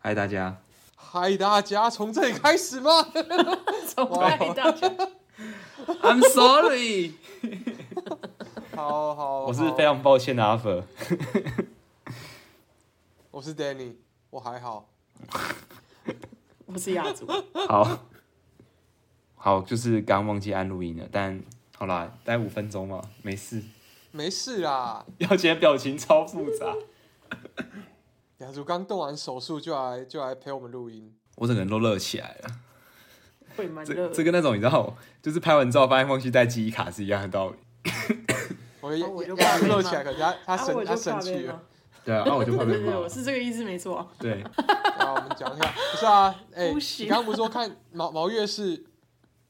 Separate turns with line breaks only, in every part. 嗨大家，
嗨大家，从这里开始吗？
从外到家，
，I'm sorry，
好好，
我是
好
非常抱歉的阿粉。
我是 Danny，我还好。
我是亚祖。
好，好，就是刚忘记按录音了，但好啦，待五分钟嘛，没事。
没事啦，
要姐表情超复杂，
雅竹刚动完手术就来就来陪我们录音，
我整个人都热起来了。
会蛮热
这，这跟那种你知道，就是拍完照发现忘记带记忆卡是一样的道理。
我
啊我就
雅
怕被
竹
骂
热起来，可是他他
然后啊
生
我就
他
怕
生
被
气
骂
了。。
对啊，那我就怕被
对对对，
骂
我。是这个意思没错。
对，
然后我们讲一下，不是 啊，哎，
不行
你刚刚不是说看毛毛月是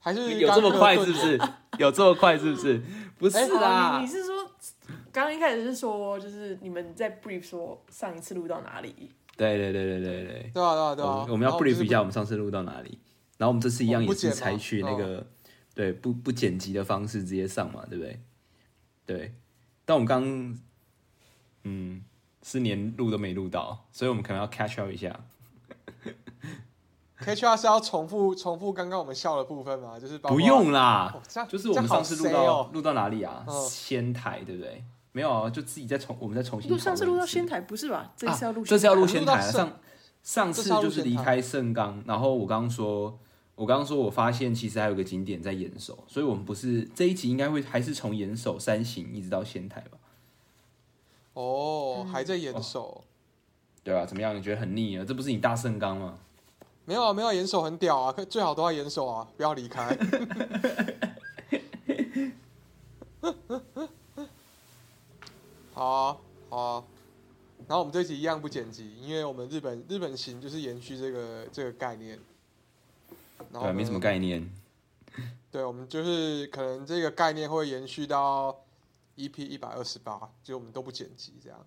还是
有这么快是不
是？
是？有这么快是不是？不是啊
哎
哦
啦
你你，是说刚刚一开始是说，就是你们在 brief 说上一次录到哪里？
对对对对对对。
对啊对啊对
我
啊，
哦们我们要
然后就是
brief 一下我们上次录到哪里，然后我们这次一样
哦不
也是
剪吗哦
采取那个、对不不剪辑的方式直接上嘛，对不对？对，但我们刚嗯是连录都没录到，所以我们可能要 catch up 一下。
K H R 是要重复重复刚刚我们笑的部分吗？就是包括
不用啦
哦，这样
就是我们上次录
这样好 say
到
哦
录到哪里啊？
嗯
仙台对不对？没有啊，就自己再重我们再重新
录上次
讨论
录
一
到
次
仙台不是吧？这次要录
啊，
仙台，
这次要录
仙
仙
台
台
录
了。
到圣
上上
这
次
次要录
就是
仙
离
台
开盛冈，然后我刚刚说，我刚刚说我发现其实还有个景点在岩手，所以我们不是这一集应该会还是从岩手山形一直到仙台吧？
哦，还
嗯
在演手，
对吧、怎么样？你觉得很腻啊？这不是你大盛冈吗？
没有啊没有啊，演手很屌啊，可最好都要演手啊，不要离开。 好啊好啊，然后我们这集一样不剪辑，因为我们日本日本行就是延续这个这个概念。然
对
后
吧、
呢
没什么概念。
对，我们就是可能这个概念会延续到 EP 一百二十八，就我们都不剪辑这样。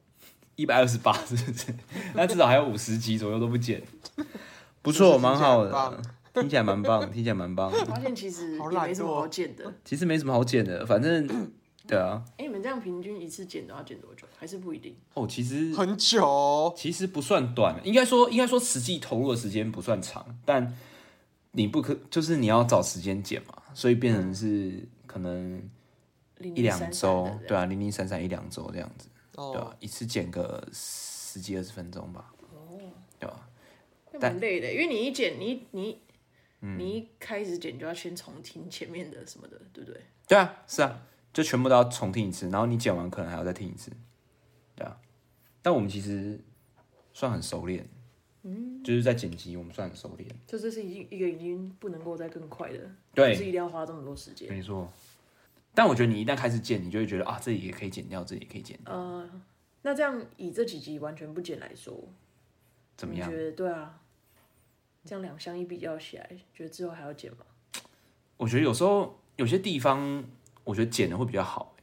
一百二十八是不是？那至少还有五十集左右都不 剪，不
是
错，
不是
蛮好
听起来很
的，听起来蛮棒，听起来蛮棒。
啊发现其实
好
也
懒
没什么
哦
惰
好剪的。
其实没什么好剪的，反 正对啊。
哎，你们这样平均一次剪都要剪多久？还是不一定？
哦，其实
很久哦、
其实不算短，应该说应该说实际投入的时间不算长，但你不可就是你要找时间剪嘛，所以变成是可能
零
一
零
两
散散
周
的，
对啊，零零散散一两周这样子，对啊吧、
哦，
一次剪个十几二十分钟吧，对啊吧、
那蛮累的，因为你一剪，你一你一
嗯
你一开始剪就要先重听前面的什么的，对不对？
对啊，是啊，就全部都要重听一次，然后你剪完可能还要再听一次，对啊。但我们其实算很熟练，嗯，就是在剪辑我们算很熟练，
就这是已经一个已经不能够再更快的，
对，
就是一定要花这么多时间。
没错。但我觉得你一旦开始剪，你就会觉得啊，这里也可以剪掉，这里也可以剪掉，
那这样以这几集完全不剪来说，
怎么
你
样？
觉得对啊，这样两相一比较起来，觉得之后还要剪吗？
我觉得有时候有些地方，我觉得剪的会比较好、欸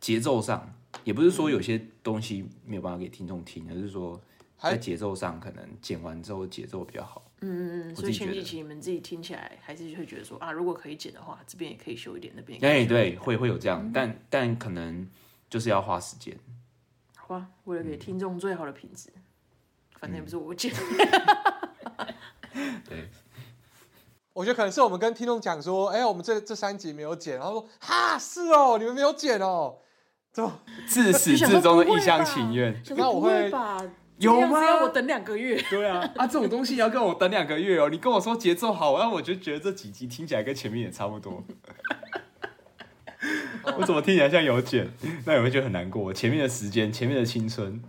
节奏上也不是说
嗯
有些东西没有办法给听众听，而是说在
还
节奏上可能剪完之后节奏比较好。
嗯嗯嗯。
我
所以
自己觉
前
得
几期你们自己听起来还是会觉得说啊，如果可以剪的话，这边也可以修一点，那边也可以
哎，
修一
对，
点
会会有这样，
嗯
但但可能就是要花时间。
好吧，为了给听众最好的品
嗯
质，反正也不是我剪。
对，
我觉得可能是我们跟听众讲说，哎、我们这这三集没有剪，然后说哈是哦，你们没有剪哦，
自始至终的一厢情愿。
想
那
说
我
不
会
会吧？
有
这样子
吗
要我等两个月，
对啊，啊，这种东西你要跟我等两个月哦。你跟我说节奏好，啊那我就觉得这几集听起来跟前面也差不多。我怎么听起来像有剪？那你会觉得很难过。前面的时间，前面的青春，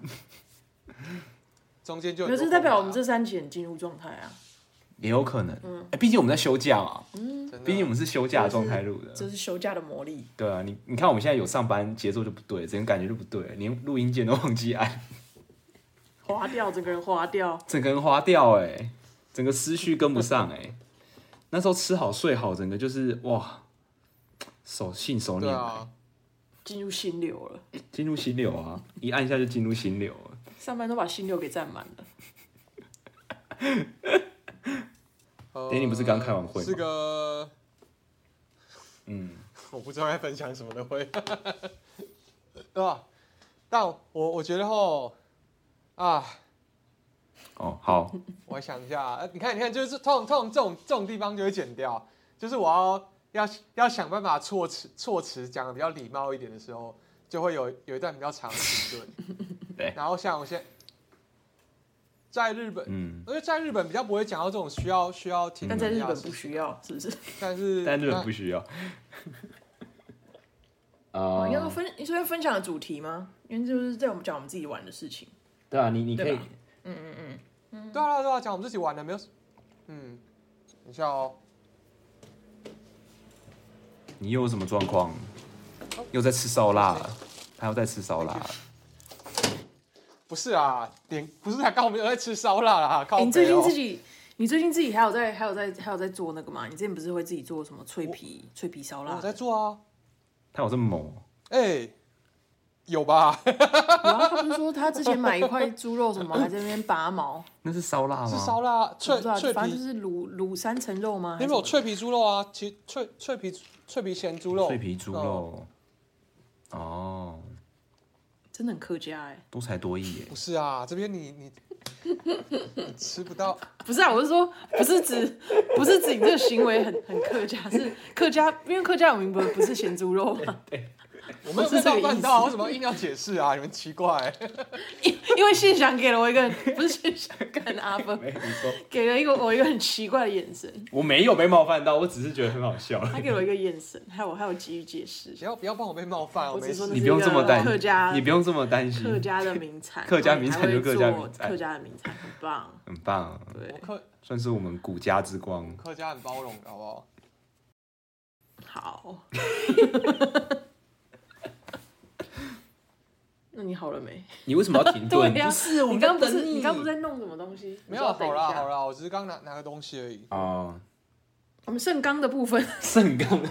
中间就
没
很
有，
多
这代
啊
表我
空
们
白
这三集很进入状态啊，
也有可能。嗯，哎、毕竟我们在休假嘛，
真的
毕竟我们是休假的状态录的。
这是休假的魔力。
对啊，你你看我们现在有上班，节奏就不对，整个感觉就不对，连录音键都忘记按，
花掉，整个人花掉。
整个人花掉哎、整个思绪跟不上哎、那时候吃好睡好，整个就是哇，手信手
对
拈来。
啊，
进入心流了，
进入心流啊，一按下就进入心流了。
上班都把心流给占满了。
呃
Danny 不是刚开完会吗
是个
嗯，
我不知道该分享什么的会， 对吧？但我我觉得吼啊，
哦，好，
我想一下啊，呃你看，你看，就是通常通常这种这种地方就会剪掉，就是我要要要想办法措辞措辞讲的比较礼貌一点的时候，就会有有一段比较长的停顿。
对
然后像我现在在日本，
嗯，
我觉得在日本比较不会讲到这种需要需要停
但
顿的
在
事
日
情，
本不需要，是不是？
但是
但日
那
本不 需要。
哦，
啊
你要不分，你这边分享的主题吗？因为就是在我们讲我们自己玩的事情。
对啊，你你可
对
以
吧
对啊对啊对啊，讲我们自己玩的没有，嗯，等一下哦，
你又有什么状况？又在吃烧腊了，他又在吃烧腊了。
不是啊，点不是啊，刚我们有在吃烧腊啦，靠、哦
欸你最近自
己
己，你最近自己还有在，还有在，还有在做那个吗？你之前不是会自己做什么脆皮、脆皮烧
我
腊？
在做啊，
他有这么猛哦？
哎、有吧？
然啊后他不是说他之前买一块猪肉什么， 还在那边拔毛，
那是烧腊吗？
是烧腊
我
脆
不知道，
脆
反正就
皮，
是卤卤三层肉吗？
你有没
还是
有
什么
脆皮猪肉啊？其实脆脆皮脆皮咸猪肉，
脆皮猪
嗯
肉。哦，
真的很客家哎、
多才多艺耶
不。是啊，这边你你你吃不到，
不是啊，我是说，不是指，不是指你这个行为很很客家，是客家，因为客家有名不不是咸猪肉吗？
我们
不
没
是这个
有
意
办
思
到，为什么硬要解释啊？你们奇怪、
因 因为现想给了我一个，不是现想干阿芬，
没，你说
给了一个我一个很奇怪的眼神。
我没有被冒犯到，我只是觉得很好 笑。
他给我一个眼神，害我还有急于解释
不。要不要帮我被冒犯，我
我
没
只说
事
那
你
是
不用这么担
一个客家
你不用这么担心，
客家的名产，
客家名产就客家名
然后你还会做
产
客家的名产很 棒。
很棒啊，
我
对，
客
算是我们古家之光。
客家很包容的，好不好？
好。那你好了没？
你为什么要停顿？
对呀啊
不是，我
你
们
刚
在
不是
等你
刚不是在弄什么东西？
没
你
啊
有，啊
稍等
好
一
啦
下
好啦，我只是刚拿拿个东西而已。
哦，
我们盛纲的 部分
盛刚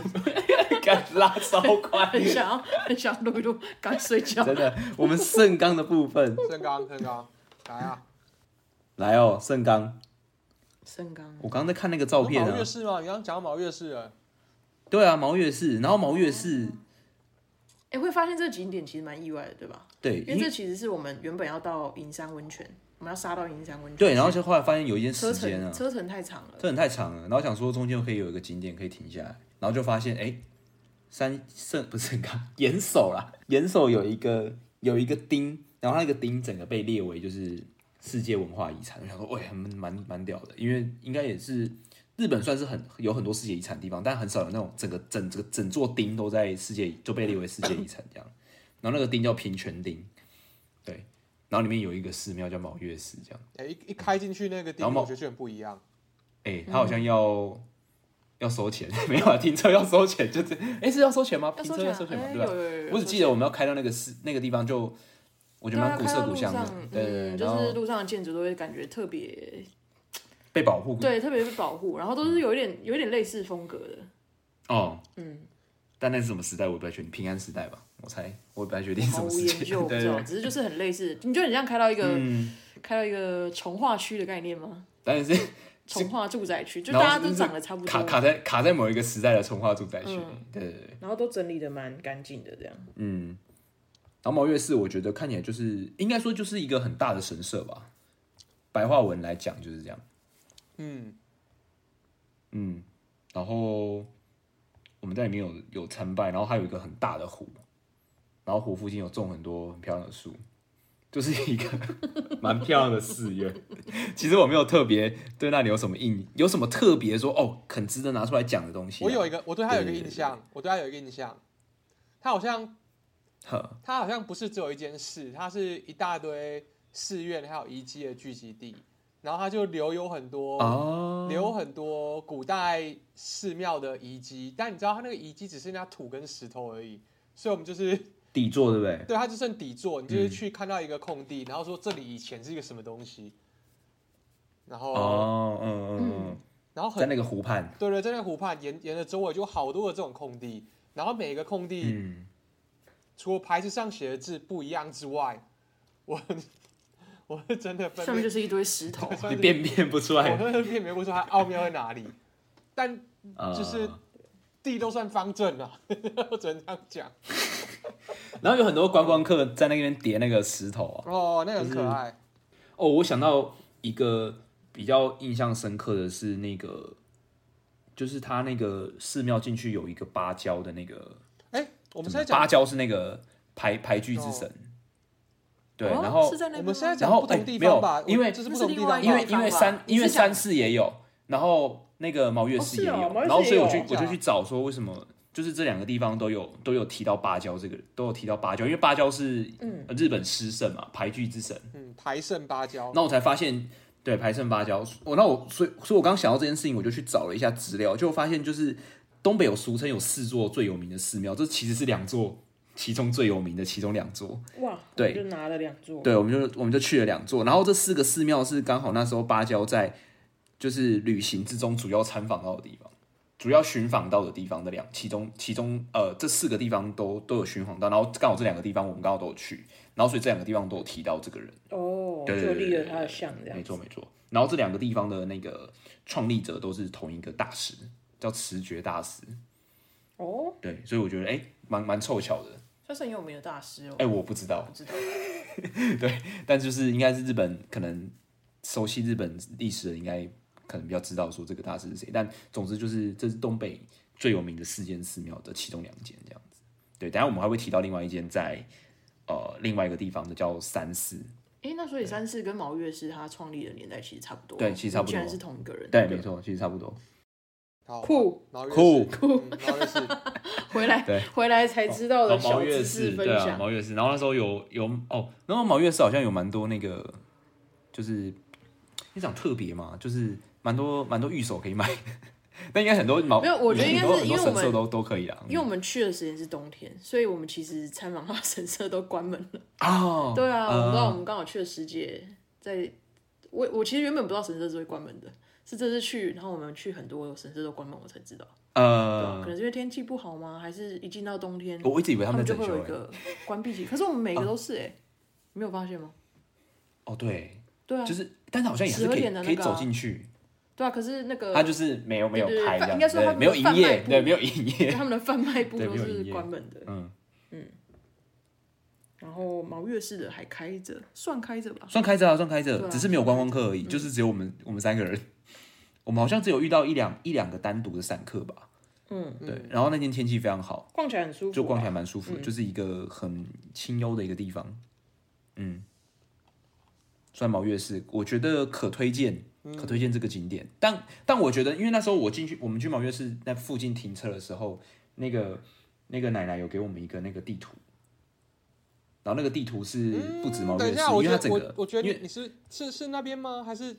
敢拉超快，
很想要很想要录一录，赶快睡觉。
真的。我们盛刚的部分，
盛刚盛刚，来啊！
来哦，盛刚，
盛纲
我刚刚在看那个照片
毛
啊
月，氏吗？你刚刚讲到毛月氏了，
对啊，毛月氏，然后毛月氏，
哎，会发现这景点其实蛮意外的，对吧？
对，
因为
因
这其实是我们原本要到银山温泉，我们要杀到银山温泉。
对，然后就后来发现有一件
车
时间
程
啊，
车程太长了，
这很太长了，然后想说中间可以有一个景点可以停下来，然后就发现哎，三圣不是很刚岩手啦， 岩手有一个有一个町，然后它那个町整个被列为就是世界文化遗产，我想说喂，还蛮蛮蛮屌的，因为应该也是日本算是很有很多世界遗产的地方，但很少有那种整个整这个整座町都在世界就被列为世界遗产这样，然后那个町叫平泉町，对，然后里面有一个寺庙叫毛月寺这样。
哎、一一开进去那个地
然后
方，
毛
我觉得就很不一样。
哎、他好像要、要收钱， 没有啊，停车要收钱，就是哎、是要收钱吗？
要
停
收
车
钱
要
啊，
收钱吗？
哎
对吧？
有有有有
我只记得我们要开到那个市那个地方就，我觉得
啊
蛮古色古香的，对对对，
嗯，
然
就是
后
路上的建筑都会感觉特别，
被保护，
对，特别被保护，然后都是有一点有一点类似风格的，
哦，
嗯，
但那是什么时代我也不太确定，平安时代吧，我猜，我也不太确定 什
毫
么
无
时
研
间，
究，不
对
知
对
道，
对，
只是就是很类似，你就很像开到一个
嗯，
开到一个从化区的概念吗？
但是
从化住宅区，就
然后
大家都
就是
长得差不
卡
多，嗯
卡在卡在某一个时代的从化住宅区，对对对。
然后都整理的蛮干净的这样。
嗯，然后毛月寺我觉得看起来就是应该说就是一个很大的神社吧，白话文来讲就是这样。
嗯，
嗯，然后我们在里面有有参拜，然后还有一个很大的湖，然后湖附近有种很多很漂亮的树，就是一个 蛮漂亮的寺院。其实我没有特别对那里有什么印，有什么特别说哦，很值得拿出来讲的东西啊、
我有一个，我对他有一个
对对
印象，我对他有一个印象，他好像
呵，
它好像不是只有一间寺，它是一大堆寺院还有遗迹的聚集地，然后它就留有很多、
哦，
留有很多古代寺庙的遗迹，但你知道它那个遗迹只剩下土跟石头而已，所以我们就是？
底座对不对
对它就剩底座，你就是
嗯
去看到一个空地，然后说这里以前是一个什么东西，然后、
哦，嗯嗯嗯，
然后
在
很
那个湖 畔，
对对，在那个湖畔沿沿着周围就有好多的这种空地，然后每个空地、
嗯。
除了牌子上写的字不一样之外，我 我是真的分
上面
辨
就，是一堆石头，
算
你
是
辨辨不出
我
来，
真的辨别不出它奥妙在哪里。但
呃
就是地都算方正了， 我只能这样讲。
然后有很多观光客在那边叠那个石头啊。
哦，那个很可爱。
哦，我想到一个比较印象深刻的是那个，就是他那个寺庙进去有一个芭蕉的那个，
哎、我们现在
芭
讲，
蕉是那个排排剧之神，对，
哦
然后
是在那
我
边
们现
吗
在讲
然后
不
哎
同地
没有
方吧，我
因为
这是
那
不
是
同
另
地
外
方吧，
一
因为
个
因为
方法
三
你
因为
是讲
三四也有，然后那个毛越寺也有，
哦是哦毛越寺
然后所以我就
也有
我就去找说为什么就是这两个地方都有都有提到芭蕉这个都有提到芭蕉，因为芭蕉是呃日本诗圣嘛，排剧之神，
嗯，排圣芭蕉，
那我才发现对排圣芭蕉，我那我所以所以我刚想到这件事情，我就去找了一下资料，就发现就是东北有俗称有四座最有名的寺庙，这其实是两座其中最有名的其中两座，
哇，
对
我就拿了两座，
对，我们就我们就去了两座，然后这四个寺庙是刚好那时候芭蕉在就是旅行之中主要参访到的地方，主要寻访到的地方的两，其中其中呃这四个地方都都有寻访到，然后刚好这两个地方我们刚好都有去，然后所以这两个地方都有提到这个人，
哦，
对
就
对对
立了他的像这样
没，错没错，然后这两个地方的那个创立者都是同一个大师，叫持觉大师，
哦，
对，所以我觉得哎蛮蛮凑巧的，
他是很有名的大师哦
哎，我不知道
不。知道，
但就是应该是日本可能熟悉日本历史的，应该可能比较知道说这个大师是谁。但总之就是这是东北最有名的四间寺庙的其中两间这样子。对，等一下我们还会提到另外一间在呃另外一个地方的叫三寺。
哎，那所以三四跟毛月是他创立的年代其实差不多，
对其实差不多
居然是同一个人，
对，没错，其实差不多。
好，
酷
毛越
酷
寺，嗯毛越寺，
回来
对
回来才知道的
然后
小
哦毛月
知
寺
识分
对啊，
享，
毛月寺。然后那时候有有哦，然后毛月寺好像有蛮多那个，就是你讲特别嘛，就是蛮多蛮多玉手可以买。 但应该很多毛，
没有我觉得应该
很
是
多很
因为
多
我
神
们
社都都可以啦。
因为我们去的时间是冬天，所以我们其实参访到的神社都关门了。
哦，
对啊，我们刚好我
嗯
们刚好去了十节，在我我其实原本不知道神社是会关门的，是这次去，然后我们去很多神社都关门，我才知道。对啊
呃，
可能是因为天气不好吗？还是一进到冬天，
我一直以为
他
们在
就
整
会
修
有一
欸。
个关闭期？可是我们每个都是哎、你没有发现吗？
哦，对，
对啊，
就是，但是好像也是可
12
以
点的
可以
那个啊
走进去，
对啊，可是那个
它就是没有没有
对对对
开这
应
样
该
子，
说它
对，没有营
贩卖
业，
部
对，没有营
就
业，
他们的贩卖部
对
都
没有
是
营业
关门的，
嗯，
然后毛月市的还开着，算开着吧。
算开着啊，算开着
对，啊
只是没有观光客而
嗯
已，就是只有我们我们三个人， 我们好像只有遇到一两一两个单独的散客吧，
嗯，
对，然后那天天气非常好，
逛起来很
嗯
舒服啊，
就逛起来蛮舒服的，就是一个很清幽的一个地方，嗯，算毛月寺，我觉得可推荐，
嗯
可推荐这个景点。但但我觉得，因为那时候我进去，我们去毛月寺那附近停车的时候，那个那个奶奶有给我们一个那个地图，然后那个地图是不止毛
嗯等
月
一
寺，
下，
因
我
为
觉
它
得
整
我
个，
我觉得
因
你
为
你是是是那边吗？还是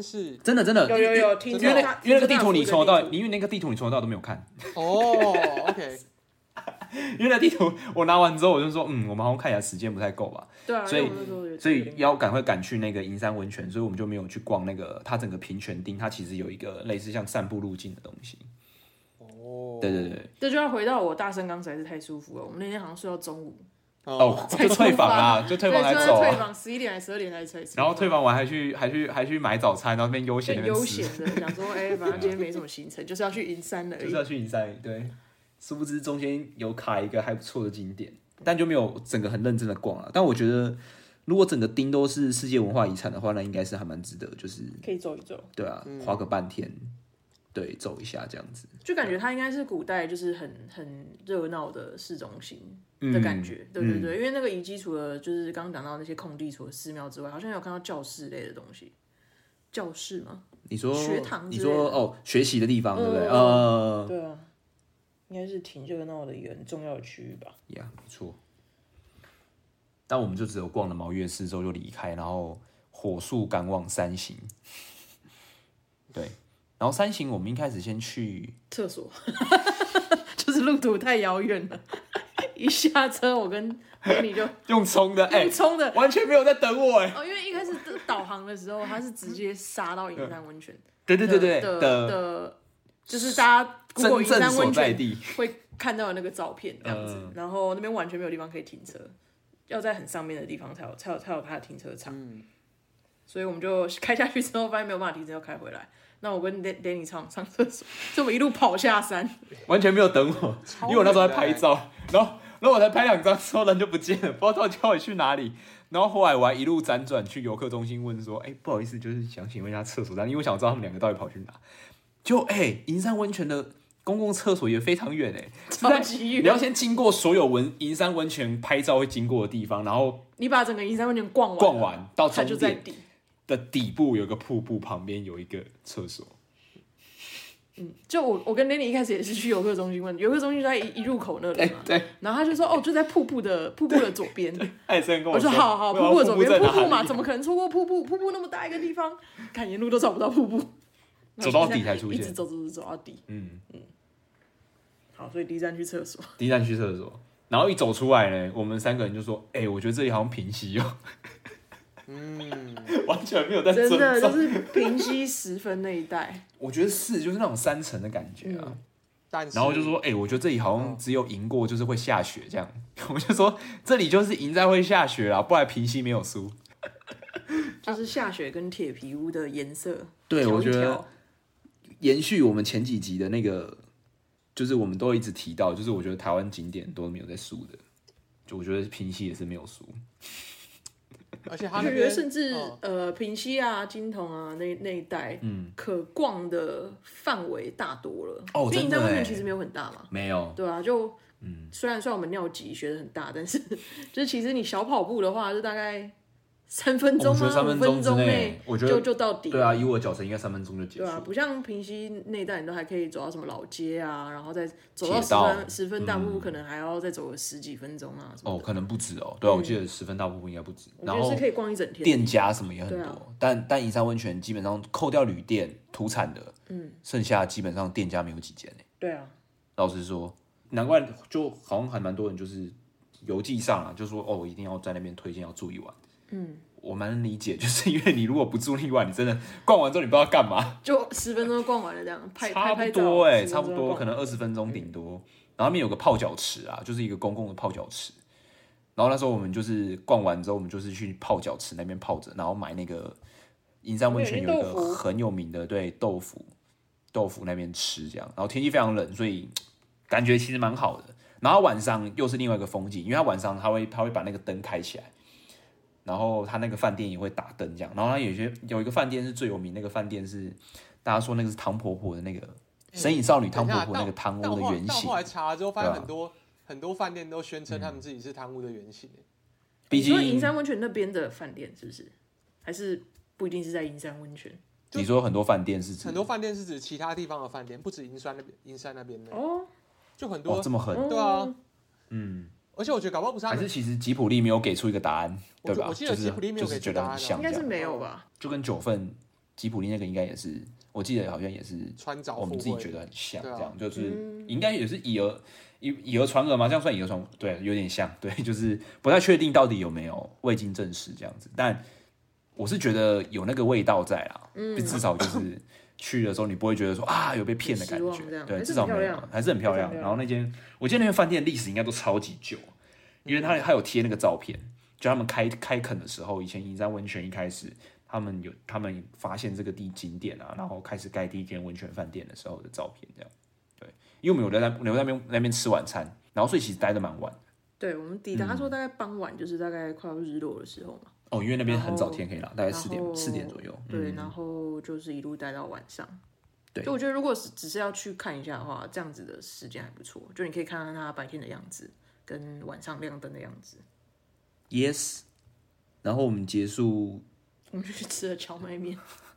市？
真的真的
有有有听
因为
说
那
他
因为那个地图你
听
从
说他
头到
有附一个地图
尾，因为那个地图你从头到尾都没有看，
哦，OK，
因为那地图我拿完之后我就说，嗯，我们好像看起来时间不太够吧，
对啊，
所以
因为我们那时候有
所以要赶快赶去那个银山温泉，所以我们就没有去逛那个它整个平泉町，它其实有一个类似像散步路径的东西。
哦，
对对对，
这就要回到我大声刚实在是太舒服了。我们那天好像睡到中午，
哦，
才
就退
出
房
发
啦，就退房
对，
才走
退
啊。
房十一点还是十二点才才出发，
然后退房完还去还去还去买早餐，然后那边悠闲那
很
边
悠
吃
闲，的想说，哎、反正今天没什么行程，就是要去银山而
就
已
是。要去银山。对，殊不知中间有卡一个还不错的景点，但就没有整个很认真的逛啊了。但我觉得，如果整个町都是世界文化遗产的话，那应该是还蛮值得，就是
可以走一走，
对啊，
嗯
花个半天，对，走一下这样子。
就感觉它应该是古代就是很很热闹的市中心的感觉，
嗯
对对对，因为那个遗迹除了就是刚刚讲到那些空地，除了寺庙之外，好像有看到教室类的东西，教室吗？
你说
学堂
你
之类的
说哦，学习的地方对不对？
嗯
呃，
对啊，应该是挺热闹的一个很重要的区域吧，
呀，不错。但我们就只有逛了毛月寺之后就离开，然后火速赶往三行。 对，然后三行我们一开始先去，
厕所， 就是路途太遥远了， 一下车我跟我跟 你就
用冲的，哎、
冲的。
完全没有在等我哎、
哦，因为一开始导航的时候，他是直接杀到银山温泉
对对对对
的
的
的，就是大家如果
真
银
正
山
所
温
在
泉
地，
会看到那个照片这样子，
嗯
然后那边完全没有地方可以停车，要在很上面的地方才有才有才有它的停车场，
嗯，
所以我们就开下去之后发现没有办法停车，要开回来。那我跟 Dan- Danny 上上厕所，所以我们一路跑下山，
完全没有等我，因为我那时候在拍照，然后然后我才拍两张之后人就不见了，不知道到底去哪里。然后后来我还一路辗转去游客中心问说，哎、不好意思，就是想请问一下厕所在哪，因为我想知道他们两个到底跑去哪。就哎、银山温泉的公共厕所也非常远哎、是在
超级远
你要先经过所有温银山温泉拍照会经过的地方，然后
你把整个银山温泉逛完，
逛，完到
它
终
就在
点
底。
的底部有个瀑布，旁边有一个厕 所。
就我我跟 Lenny 一开始也是去游客中心问，游客中心就在一一入口那
哎、
里嘛，
对，
然后他就说哦，就在瀑布的瀑布的左边。
艾森跟
我
我
说好好，
不
瀑
知道
布的左边
在
瀑
哪
布
里
嘛，怎么可能错过瀑布？瀑布那么大一个地方，看沿路都找不到瀑布，
走到底才出现
一直走走走走到底。
嗯，
好，所以第一站去 厕所，
第一站去厕所，然后一走出来呢，我们三个人就说：“哎、我觉得这里好像平息哦，
嗯，
完全没有在
真
尊
的就
重。
是平息十分那一带，
我觉得是，就是那种三层的感觉
嗯
啊。
但是
然后就说：“哎、我觉得这里好像只有赢过，就是会下雪这样。 我就说：“这里就是赢在会下雪啦，不然平息没有输。
就是下雪跟铁皮屋的颜色。
对
调一
我觉得
调
延续我们前几集的那个，就是我们都一直提到，就是我觉得台湾景点都没有在输的，就我觉得平息也是没有输。
而且他
我
那
觉得
边
甚至、
嗯
呃平西啊、金童啊那那一带，
嗯，
可逛的范围大多了。
哦
因为
真
你
的
在外
欸
面其实没有很大嘛。
没有，
对啊，就
嗯
虽然说我们尿急学的很大，但是就是其实你小跑步的话，就大概三分
哦
钟
我觉
啊，
得三
五
分
分
钟之
钟
内
内，
我觉
就
得
就到底。
对啊，以我的脚程应该三分钟就结
对啊，
束。
不像平西那一带，你都还可以走到什么老街啊，然后再走到
铁
十
道
分十分大瀑
嗯
布，可能还要再走个十几分钟啊什么
哦，
的。
可能不止哦。对啊，我记得十分大瀑布应该不止。
嗯我
然
觉得
后
是可以逛一整天。
店家什么也很
对
多，
啊
但但银山温泉基本上扣掉旅店、土产的，
嗯，
剩下基本上店家没有几间欸
对啊，
老实说，难怪就好像还蛮多人就是邮寄上啊，就说哦，我一定要在那边推荐要住一晚。嗯，我蛮能理解，就是因为你如果不住一晚，你真的逛完之后你不知道干嘛。
就十分钟逛完了，这样拍
差
拍
不
拍
多
照。
哎、
10
差不
分钟
多
哦
逛
可能二十分钟顶多。然后那边有个泡脚池啊，就是一个公共的泡脚池。然后那时候我们就是逛完之后，我们就是去泡脚池那边泡着，然后买那个银山温泉有一
那个豆
个
腐
很有名的对豆腐，豆腐那边吃这样。然后天气非常冷，所以感觉其实蛮好的。然后晚上又是另外一个风景，因为它晚上它会它会把那个灯开起来，然后它那个饭店也会打灯这样。然后它有些有一个饭店是最有名，那个饭店是大家说那个是唐婆婆的那
嗯
个《神隐少女》唐
等一
婆
下
婆那个
到
汤
到
屋的
后来
原
到
型
后，来查了之后，发现
对啊嗯
很多、很多饭店都宣称他们自己是贪污的原型。
毕
你说银
竟
山温泉那边的饭店是不是？还是不一定是在银山温泉？
你说很多饭店是指
很多饭店是指其他地方的饭店，不止银山那边，银山那边的，
哦，
就很多。
哦这么狠，
对啊，
嗯，
而且我觉得搞不好不是他
还
们
是其实吉普力没有给出一个答案，
我
对吧？
我记得
就是
吉普力没有
就是
给出
觉得
答案
很
啊
像
应
这
该是
样，
没有吧？
就跟九份吉普力那个应该也是，我记得好像也是哦
穿凿
我
附
们自己
会
觉得很像，
对
这
啊
样
嗯
就是应该也是以讹以以讹传讹嘛，这样算以讹传讹对，有点像，对， 就是不太确定到底有没有未经证实这样子，但我是觉得有那个味道在啦，嗯，至少就是去的时候你不会觉得说啊有被骗的感
失
觉
望这，样
对，
还是
至少
很漂
没有
亮，
还是很漂亮。
还是很漂亮
然后那间我记得那间饭店历史应该都超级久，因为他他有贴那个照片，就他们开开垦的时候，以前银山温泉一开始。他们有他们发现这个地景点啊，然后开始盖第一间温泉饭店的时候的照片，这样。对，因为我们有在那留在那边那边吃晚餐，然后所以其实待的蛮晚的
对，我们抵达
嗯
说大概傍晚，就是大概快要日落的时候嘛。
哦，因为那边
然后
很早天可以啦，大概
然
四点
后
四点左右。
对，
嗯
然后就是一路待到晚上。
对
就我觉得如果是只是要去看一下的话，这样子的时间还不错，就你可以看看它白天的样子跟晚上亮灯的样子。
，yes。然后我们结束
我们就去吃了荞麦面。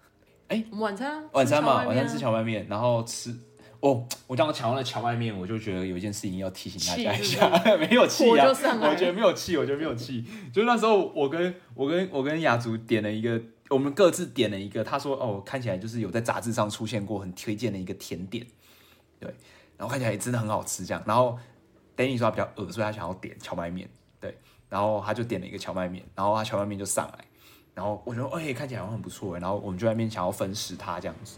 哎
我们晚餐啊
晚餐嘛，
吃荞麦面啊
晚餐吃荞麦面，然后吃哦，我刚刚讲到了荞麦面，我就觉得有一件事情要提醒大家一下， 没有气
火
啊，
就上来了
我觉得没有气，我觉得没有气。就那时候我跟我跟我跟雅竹点了一个，我们各自点了一个，他说哦，看起来就是有在杂志上出现过，很推荐的一个甜点，对，然后看起来也真的很好吃这样。然后 Danny 说他比较饿，所以他想要点荞麦面，对，然后他就点了一个荞麦面，然后他荞麦面就上来。然后我觉得，哎、看起来好像很不错哎，然后我们就在那边想要分食它这样子，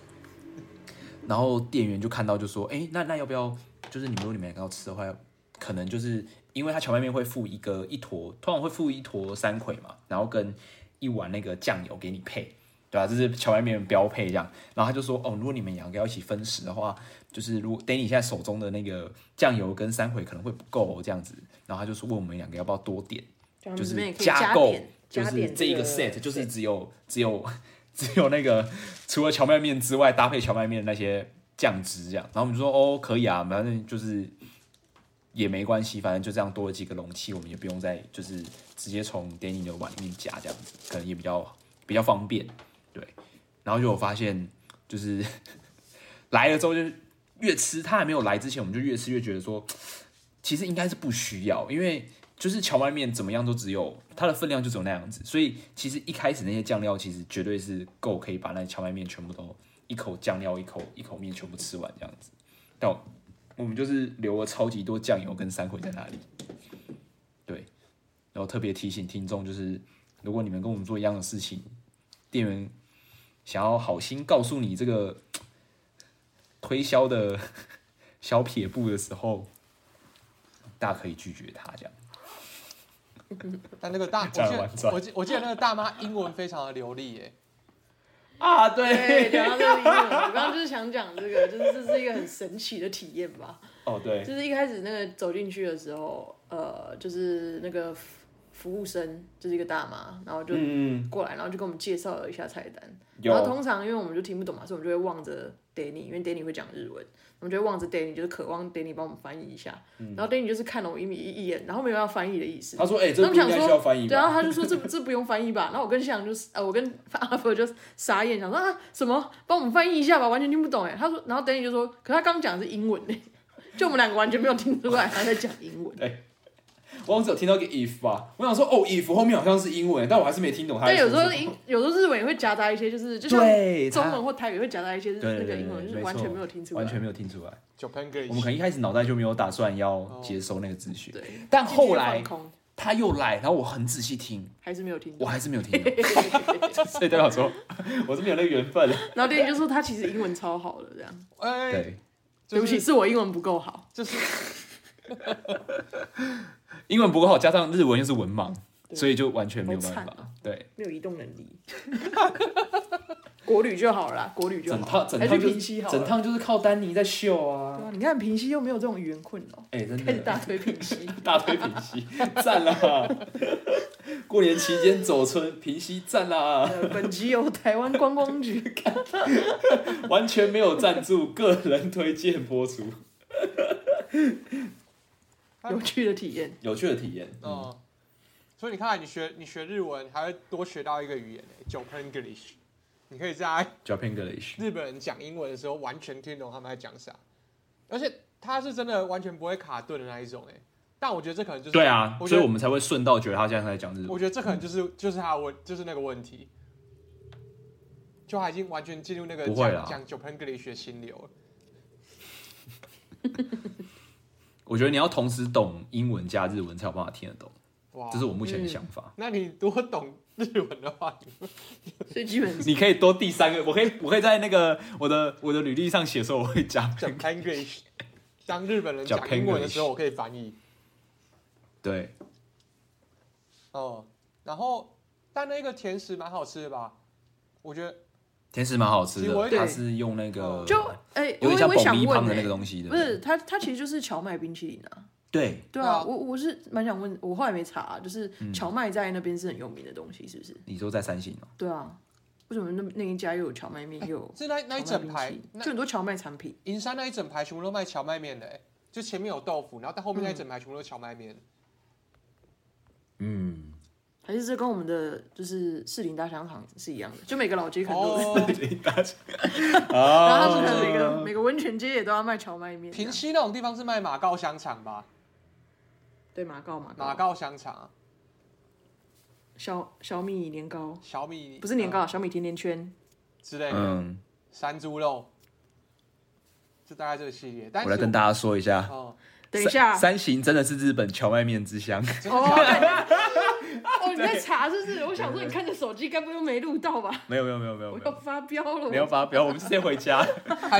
然后店员就看到就说，哎、那那要不要，就是你们如果你们两个要吃的话，可能就是因为它荞麦面会附一个一坨，通常会附一坨山葵嘛，然后跟一碗那个酱油给你配，对啊，这是荞麦面的标配这样。然后他就说，哦，如果你们两个要一起分食的话，就是如果 Danny 现在手中的那个酱油跟山葵可能会不够、哦、这样子，然后他就说问我们两个要不要多点。
就
就
啊这
是
边也可以加
构
点，
加
就是
点
这一
这
个
个
set 就是只有只有只有那个除了荞麦面之外，搭配荞麦面的那些酱汁这样。然后我们就说哦，可以啊，反正就是也没关系，反正就这样多了几个容器，我们也不用再就是直接从 Danny 的碗里面夹这样子，可能也比较比较方便，对。然后就我发现就是 来了之后就越吃，他还没有来之前，我们就越吃越觉得说，其实应该是不需要，因为就是荞麦面怎么样都只有它的分量就只有那样子，所以其实一开始那些酱料其实绝对是够可以把那荞麦面全部都一口酱料一口一口面全部吃完这样子。但我我们就是留了超级多酱油跟三葵在那里，对，然后特别提醒听众就是，如果你们跟我们做一样的事情，店员想要好心告诉你这个推销的小撇步的时候，大可以拒绝他这样。
但那 个大，我记
这样完
得
蛋
我记我记得那个大妈英文非常的流利耶，
啊，
对，讲到这个英文，我刚刚就是想讲这个，就是这是一个很神奇的体验吧。
哦对，
就是一开始那个走进去的时候，呃，就是那个服服务生就是一个大妈，然后就
嗯，
过来，然后就给我们介绍了一下菜单。
有
然后通常因为我们就听不懂嘛，所以我们就会望着 Danny，因为 Danny 会讲日文，我们就会望着 Danny，就是渴望 Danny 帮我们翻译一下。
嗯
然后 Danny 就是看了我一米一眼，然后没有要翻译的意思。
他说哎、
然
这
后
不
我
应
们
该
想
需
说
要，翻译
对啊，
吧？
他就说这这不用翻译吧。然后我跟向就是，呃，我跟阿佛就傻眼，想说啊什么，帮我们翻译一下吧，完全听不懂哎。他说，然后 Danny 就说，可他刚讲的是英文呢，就我们两个完全没有听出来他在讲英文。
我好像只有听到一个 if 吧，我想说哦 if 后面好像是英文，但我还是没听懂他在
但
说什
有时
么。
候英，有时候日文也会夹杂一些，就是就像
对
中
它
文或台语会夹杂一些日
对
那
对
个
对
英文，
对
就是
没
完全
错
没有听出来。
完全没有听出来，
九 p a n g
我们可能一开始脑袋就没有打算要接收那个资讯，
对，
但后来
进去放空
他又来，然后我很仔细听，
还是没有听
我
懂。
还是没有听懂，所以代表说我是没有那个缘分。
然后店员就说他其实英文超好的，这样。
哎，
对，
对
就
不起，
是
是我英文不够好。
就是
英文不够好，加上日文又是文盲，所以就完全没有办
好惨啊
法。对，
没有移动能力，
国旅就好了啦，国旅就
整
好
趟
了，
整
还
趟
去
就
平息好了。
整趟就是靠丹尼在秀啊
对。啊你看平息又没有这种语言困扰，
哎、真
开始大
的
推平息。
大推平息，赞啦！过年期间走村平息赞啦，
呃本集由台湾观光局，
完全没有赞助，个人推荐播出，
有趣的体 验。
有趣的体验。嗯，
哦，所以你看，你学你学日文，还会多学到一个语言诶，九 p a n g l i s h 你可以在
Japan English，
日本人讲英文的时候完全听懂他们在讲啥，而且他是真的完全不会卡顿的那一种诶。欸但我觉得这可能就是
对啊，
我觉
所
得
以我们才会顺道觉得他现在在讲日
我
文。
觉得这可能就是就是他的问，就是那个问题，就他已经完全进入那个
不会啦
讲讲 Japan English 的心流了。
我觉得你要同时懂英文加日文才有办法听得懂，
哇，
这是我目前的想法。
那你多懂日文的话，你
所以基本上
嗯你可以多第三个，我可以我可以在那个我的我的履历上写说我会讲。
讲 English，当日本人
讲
讲英文的时候，我可以翻译
对，
哦。然后，但那个甜食蛮好吃的吧？我觉得
甜食蛮好吃
其实我有
的，
点
它是用那个
就哎，
有
我
点像
我也
爆
想
米
问
胖的那个
欸，
东西的，
不是它它其实就是荞麦冰淇淋啊。
对，
对
对啊，
啊
我我是蛮想问，我后来没查、啊就是
嗯
荞麦在那边是很有名的东西，是不是？
你说在三星哦、
对啊，为什么那那一家又有荞麦面，又有
是那那一
荞麦
整
冰
排
淇淋，
那
就很多荞麦产品，
银山那一整排全部都卖荞麦面的、欸，就前面有豆腐，然后但后面那一整排全部都是荞麦面。
嗯，
还是这跟我们的就是士林大香港是一样的，就每个老街可能都是，
哦，
然后他们可能
哦
每个每个温泉街也都要卖荞麦面这
平
样，
西那种地方是卖马告香肠吧？
对马告
嗯
马
马
告
告香肠啊，
小小米年糕
小米
不是年糕啊，
呃
小米甜甜圈，
之类的，
嗯，
山猪肉，就大概这个系列。但
我
是
来跟大家说一下，
哦，
等一下
三，三型真的是日本荞麦面之 乡，
真 的
哦
假的
哦你在查是不是？我想说你看着手机该不会没录到吧？
没有没有没有没有
我
没
要
有。
发飙了，
没有发飙，我们直接回 家，
害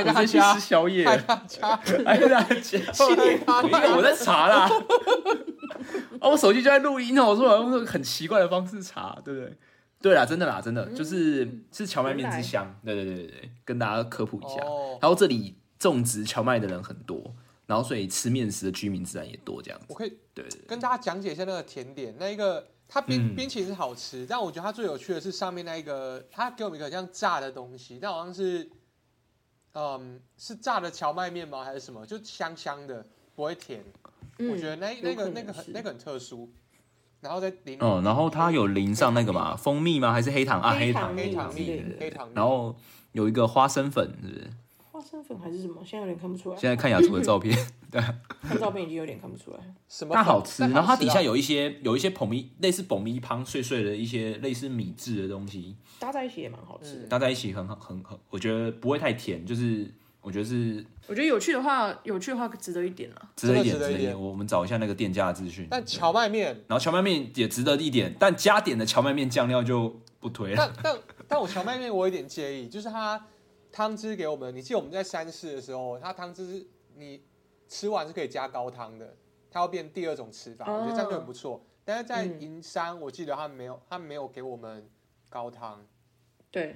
我
大
们直接去
家
吃，宵夜。
害 大家，
哎呀， 姐，
害大
因为
家。
我在查啦。 啊，我手机就在录音哦，我说我用很奇怪的方式查，对不对？对啦，真的啦，真
嗯
的就是是荞麦面之乡，对对对对对，跟大家科普一下。
哦
然后这里种植荞麦的人很多，然后所以吃面食的居民自然也多，这样子。
我可以
对对对，
跟大家讲解一下那个甜点，那一个它冰
嗯
冰淇淋是好吃，但我觉得它最有趣的是上面那一个，它给我们一个很像炸的东西，但好像是，嗯，是炸的荞麦面吗？还是什么？就香香的，不会甜。
嗯，
我觉得那
有
那
可
个
能
那个很
是
那个很特殊，然后再淋
嗯，然后它有淋上那个嘛，蜂蜜吗？还是黑糖啊？
黑
糖，
糖
黑
黑
糖
蜜
蜜
之类
蜜
的，
黑糖蜜，
然后有一个花生粉，是不是？
花生粉还是什么？现在有点看不出来，
现在看雅图的照 片，
看照片已经有点看不出来。
什么
但
粉
好吃。
但
然后它底下
啊
有一些有一些捧米，类似捧米汤碎碎的一些类似米制的东西，
搭在一起也蛮好吃的。
搭在一起很好，很很，我觉得不会太甜，就是我觉得是
我觉得有趣的话，有趣的话值得一点啊了。
值得一点，
真的
值得
值得一
一
点
点。我们找一下那个店家的资讯。
但
对
荞麦面，
然后荞麦面也值得一点，但加点的荞麦面酱料就不推了。
但但但我荞麦面我有点介意，就是它汤汁给我们，你记得我们在三市的时候，它汤汁是你吃完是可以加高汤的，它要变第二种吃
哦
法，我觉得这样就很不错。但是在
嗯
银山，我记得它没
嗯
有，它没有给我们高汤，
对，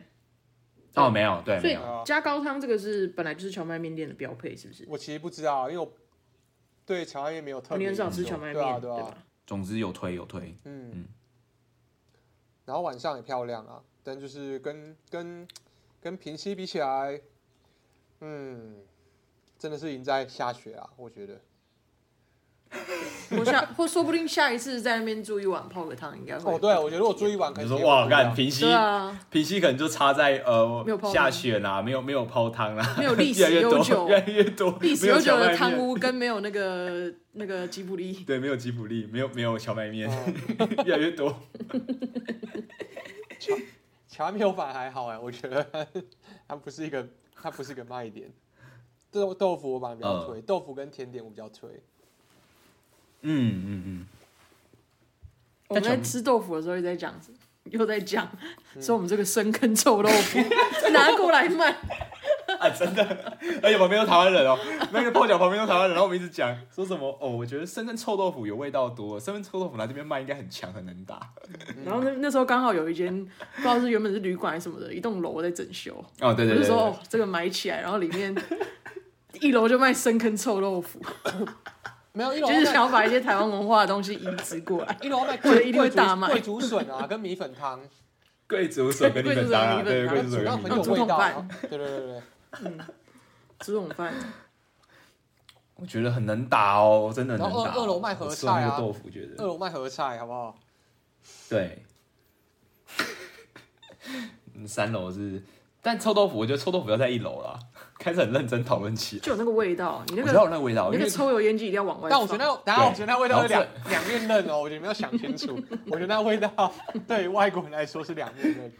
哦，没有，对，
所
没
以
有。
加高汤这个是本来就是荞麦面店的标配，是不是？
我其实不知道，因为我对荞麦面没有特
哦你
别研
很
究。
少吃荞麦
对啊
面，
对啊
吧？
总之有推有推，
嗯
嗯，
然后晚上也漂亮啊，但就是跟跟跟平溪比起来，嗯，真的是赢在下雪啊，我觉得。
我下或说不定下一次在那边住一晚泡个汤，应该会。
哦，对，我觉得我住一晚可以
你说
体验
哇，
不一样
干平息
对啊，
平息可能就差在呃
没有泡汤
下雪啦，没有没有泡汤啦，
没有历史
越来越
悠
多，
久
越来越多
历史
没有
悠久
荞麦
的
面
汤屋跟没有那个 那个吉卜力，
对，没有吉普力，没有没有荞麦面，
嗯
哦
越来越多。
荞麦面我反而还好哎，我觉得它它不是一个，它不是一个卖点。豆豆腐我反而比较
嗯
推，豆腐跟甜点我比较推。
嗯嗯嗯，
我们在嗯
但
吃豆腐的时候又在讲，又在讲说我们这个生坑臭豆腐 拿过来卖，
啊，真的， 而且旁边都台湾人哦，那个泡脚旁边都台湾人，然后我们一直讲说什么哦，我觉得生跟臭豆腐有味道多，生跟臭豆腐来这边卖应该很强很能打。
然后那那时候刚好有一间不知道是原本是旅馆还是什么的，一栋楼在整修，
哦，对对
我就
对
说
对
哦，这个买起来，然后里面一楼就卖生坑臭豆腐，
没有一楼
就是
卖
想要把一些台湾文化的东西移植过来。
一楼卖
我觉得
贵
一定会
贵族
大卖
贵竹笋啊，跟米粉汤，
贵族手跟你们搭啊，对，
贵
贵
族
族
煮
手
到
跟你们搭。
很有
竹
味
筒
道啊
饭。
对对对对，
这种饭，
我觉得很能打哦，真的很
然
能
后
打。
二二楼卖合
我吃
菜
完那
啊
个豆腐觉
二
得
楼卖合菜好不好？
对。 嗯三楼是，但臭豆腐，我觉得臭豆腐要在一楼啦，开始很认真讨论起来。
就有那个味道，你那
我知道
个
有那个味道，
你
因
那
为
个抽油烟机一定要往外放。
但我觉得那，
对
等下我觉得那味道是两
然
两面刃哦，我觉得你们要想清楚。我觉得那味道对于外国人来说是两面刃。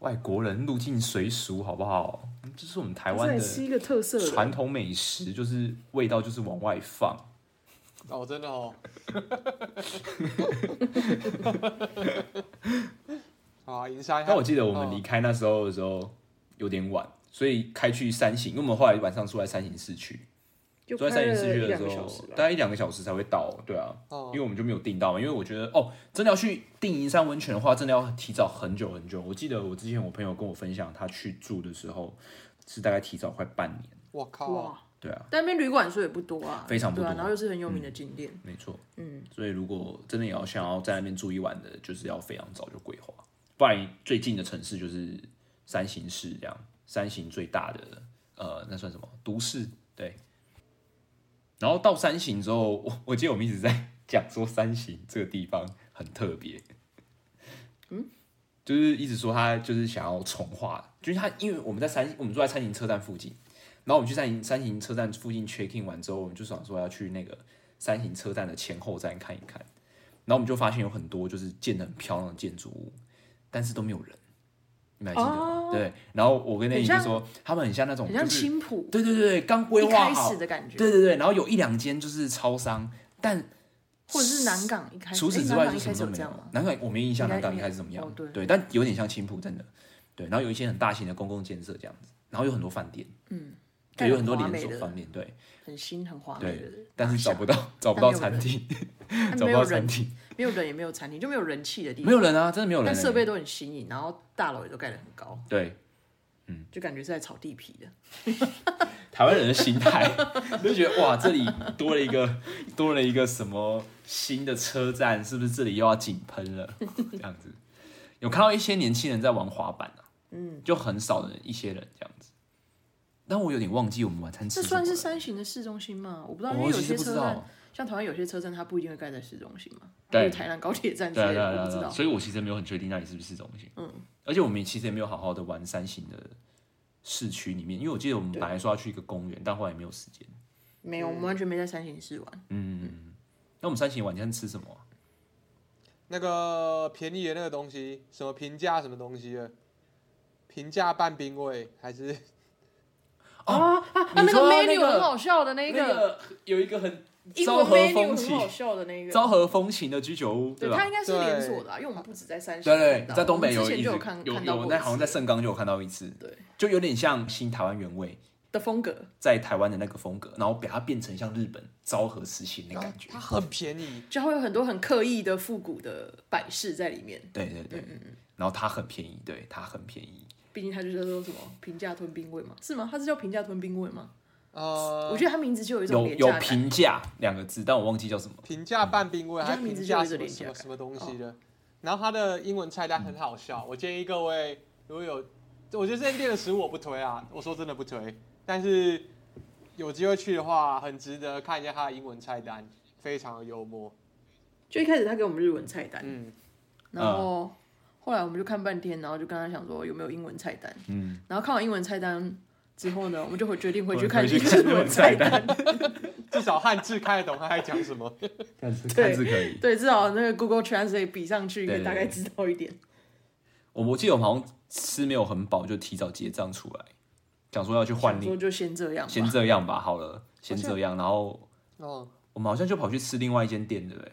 外国人入境随俗，好不好？这是我们台
这
湾
也
的
是一个特色
传
的。
统美食，就是味道就是往外放。
哦，真的哦。啊，银山，
但我记得
嗯
我们离
哦
开那时候的时候有点晚，所以开去三行，因为我们后来晚上住在三行市区，
就
住在三
开
行市
了
区
一
的
两
时
个
候
小时，
大
吧。
概一两个小时才会到，对啊，
哦
因为我们就没有订到嘛，因为我觉得哦，真的要去订银山温泉的话，真的要提早很久很久。我记得我之前我朋友跟我分享，他去住的时候是大概提早快半年，
我靠，
哇，
对啊，
但那边旅馆数也不多啊，
非常不多
对啊，然后又是很有名的景点，
没错。
嗯，
所以如果真的也要想要在那边住一晚的，就是要非常早就规划，不然最近的城市就是三行市这样，三行最大的呃那算什么都市对。然后到三行之后，我我记得我们一直在讲说三行这个地方很特别，嗯，
嗯
就是一直说他就是想要重化，就是他因为我们在三我们住在三行车站附近，然后我们去三行三行车站附近 check in 完之后，我们就想说要去那个三行车站的前后站看一看，然后我们就发现有很多就是建的很漂亮的建筑物，但是都没有人，你们还记得吗？对，然后我跟那
哦很
英就
像
说他们很像那种
很
就
像
是
青浦
对对对对，刚规
一
划
开
好
始，的感觉，
对对对，然后有一两间就是超商，但
或者是南港一开始。
除此
诶
之
南
外
港
就
一
什
开
么
始
都
有
没
这样
有
吗。？
南港我没印象
应该
南港一
应该
开始怎么样
哦，对
对，但有点像青浦，真的，对，然后有一些很大型的公共建设这样子，然后有很多饭店，
嗯，
对，有很多
华
连
美
锁
的
饭店，对
很新很华美
对
的，，
但是找不到找不到餐厅，
它
找
没
不
有
到餐
人，
厅，
没有人也没有餐厅，就没有人气的地方，
没有人啊，真的没有人
但
欸，
设备都很新颖，然后大楼也都盖得很高，
对，嗯，
就感觉是在炒地皮的。
台湾人的心态， 就觉得哇，这里多了一个 多了一个什么新的车站，是不是这里又要井喷了？ 这样子，有看到一些年轻人在玩滑板啊，嗯，就很少的一些人这样子。但我有点忘记我们晚餐吃
这
什么
算
了
是三型的市中心吗？我不知道，因为
我
有
其实
些
不知
车站
道，，
像台湾有些车站，它不一定会盖在市中心嘛，
对
还有台南高铁站之
对啊
类
对啊对啊
的，我不知
对啊，
道。
所以我其实没有很确定那里是不是市中心。嗯，而且我们其实也没有好好的玩三型的市区里面，因为我记得我们本来说要去一个公园，但后来没有时间。
没有，我们完全没在三型市玩。
嗯，那我们三型晚餐吃什么啊、
那个便宜的那个东西，什么平价什么东西的，平价半冰位还是
哦啊啊！
你
那个
说那
menu
个
很好笑的那一个，
个有一个很
英
昭
文
和
menu
风
很
情、
好笑的那个。
昭和风情的居酒屋，
对，它
吧
应？该是连锁的啊，因为我们不止在三
对
峡
对
看，到
在东北
我们
有
之
一
前
直
就看
有
看到
有，
过
那
一次
好像在盛冈就有看到一次，
对
就有点像新台湾原味
的风格，
在台湾的那个风格，然后把它变成像日本昭和时期那感觉。
它很便宜，
就会有很多很刻意的复古的摆饰在里面。
对对
嗯
对，然后它很便宜，对它很便宜。
毕竟它就是叫做什么平价吞冰味嘛，是吗？它是叫平价吞冰味吗？
呃
我，觉得它名字就有一种
有
廉
有
价感。
平价两个字，但我忘记叫什么。
平价半冰位
嗯
还
它
是
名
平
字
价
就
什
有
么
点
什么
廉价
什么东西的，然后它的英文菜单很好
哦
笑，我建议各位如果有，我觉得这间店的食物我不推啊，我说真的不推，但是有机会去的话，很值得看一下它的英文菜单，非常的幽默，
就一开始他给我们日文菜单，
嗯，
然后、后来我们就看半天，然后就跟他想说有没有英文菜单。
嗯，
然后看完英文菜单之后呢，我们就会决定回 去
回
看
去看
日
日文
文
菜
菜
单
单。
至少汉字看得懂他在讲什么。
但是
对
可以。
对，至少那个 Google Translate 比上去，可
对
以大概知道一点。
我我记得我们好像吃没有很饱，就提早结账出来，讲说要去换
想
另
说就先这样
先
吧。
这样吧，好了，先这样。然后
哦，
我们好像就跑去吃另外一间店，对不对？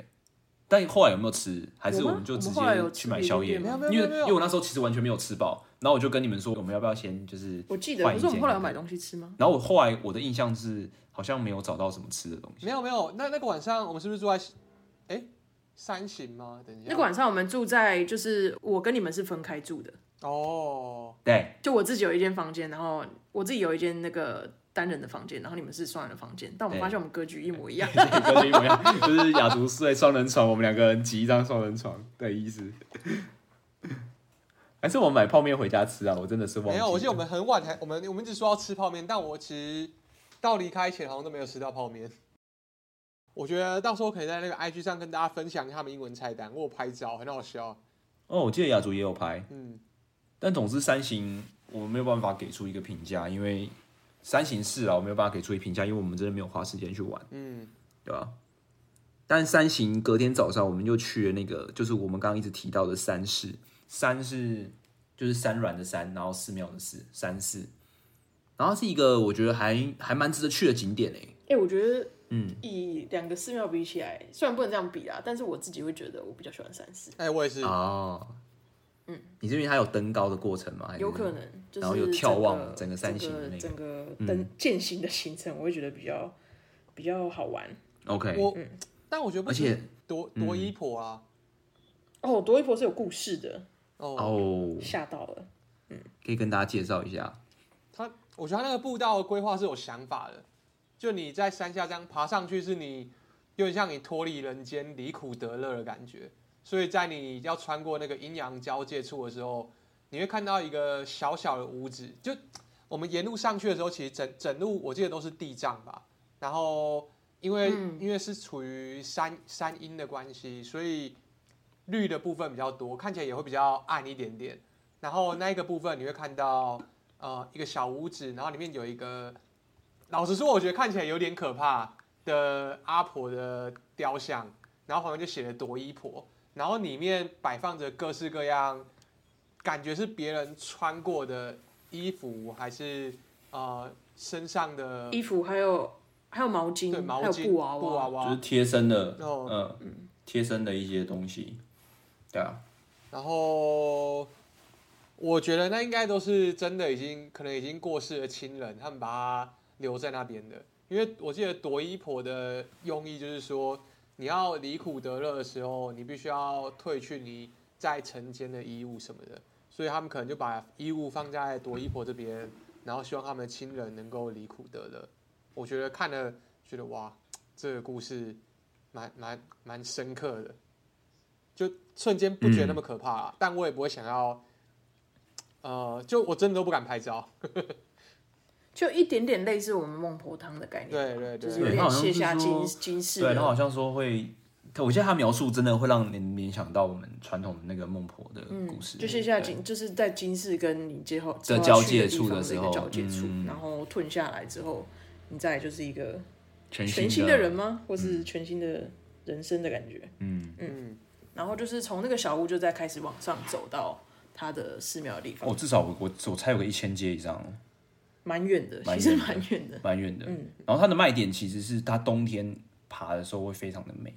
但后来有没有吃？还是
有吗
我们就直
我们后来有
接
吃
去买宵夜？因
别的
为
店吗没有没有没有
因为我那时候其实完全没有吃饱，然后我就跟你们说，我们要不要先就是
我记得，
换
不
一
是我们
间
后来有买东西吃吗？
然后我后来我的印象是好像没有找到什么吃的东西
没。有没有，那那个晚上我们是不是住在，哎，三型吗？等一下，
那个晚上我们住在，就是我跟你们是分开住的，
哦，
对，
就我自己有一间房间，然后我自己有一间那个单人的房间，然后你们是双人的房间，但我们
对
发现我们格局一模 一样。
跟一模一样，就是雅竹睡双人床，我们两个人挤一张双人床的意思。还是我买泡面回家吃啊？我真的是忘记了
没有，我记得我们很晚才，我们我们一直说要吃泡面，但我其实到离开前好像都没有吃到泡面。 我觉得到时候可以在那个 IG 上跟大家分享一下他们英文菜单，我有拍照，很好笑。
哦，我记得雅竹也有拍，
嗯，
但总之三型我没有办法给出一个评价，因为三型是啊，我没有办法给出一个评价，因为我们真的没有花时间去玩，
嗯，
对吧、但三型隔天早上我们就去了那个，就是我们刚刚一直提到的三市，三是就是三软的三，然后寺庙的寺，三寺，然后是一个我觉得还还蛮值得去的景点诶、
哎、我觉得，
嗯，
以两个寺庙比起来，虽然不能这样比啦，但是我自己会觉得我比较喜欢三寺，
哎、我也是，
哦，嗯，你是因为它有登高的过程吗？还是
有可能
嗯
就是
然后有眺望整
整
个
个
山形的那个嗯
整个整个登践行的行程，我会觉得比较比较好玩。
OK，
我，但我觉得
嗯
不
而且嗯
行，多多一婆啊，
哦，多一婆是有故事的，
哦，
哦，
吓到了。
可以跟大家介绍一下，
他我觉得他那个步道的规划是有想法的，就你在山下这样爬上去，是你有点像你脱离人间、离苦得乐的感觉。所以在你要穿过那个阴阳交界处的时候，你会看到一个小小的屋子。就我们沿路上去的时候，其实整整路我记得都是地障吧。然后因为、因为是处于山山阴的关系，所以绿的部分比较多，看起来也会比较暗一点点。然后那一个部分你会看到呃一个小屋子，然后里面有一个，老实说，我觉得看起来有点可怕的阿婆的雕像，然后旁边就写了夺衣婆，然后里面摆放着各式各样，感觉是别人穿过的衣服，还是呃身上的呃
衣服还有还有毛巾，
对毛
还有
巾、
布娃
布
娃，
就是
娃，
贴身的，
哦
嗯，贴身的一些东西，对啊，
然后。我觉得那应该都是真的，已经可能已经过世的亲人，他们把它留在那边的。因为我记得夺衣婆的用意就是说，你要离苦得乐的时候，你必须要褪去你在尘间的衣物什么的。所以他们可能就把衣物放在朵伊婆这边，然后希望他们的亲人能够离苦得乐。我觉得看了觉得哇，这个故事蛮蛮蛮深刻的，就瞬间不觉得那么可怕、啊，但我也不会想要，呃，就我真的都不敢拍照。
就一点点类似我们孟婆汤的概念吧，
对对对
就是有
对它
点
好像
卸下
是
金
说
金饰
对，他啊好
的，
像说会，可我觉得他描述真的会让你联想到我们传统的那个孟婆的故事，
嗯就卸下
对
金，就是在金饰跟你之后之
的
后要
交
去
界
地
处
方
的
的
时
一个
候
交界处，
嗯
然后吞下来之后，你再来就是一个
全
全
新
新的人，吗？或是全新的人生的感觉？
嗯，
嗯，
然后就是从那个小屋就再开始往上走到他的寺庙的地方
哦，，至少我我我猜有个一千阶以上，
蛮远的，
蛮
其实
远的
蛮远的。嗯
蛮远的。然后它的卖点其实是它冬天爬的时候会非常的美，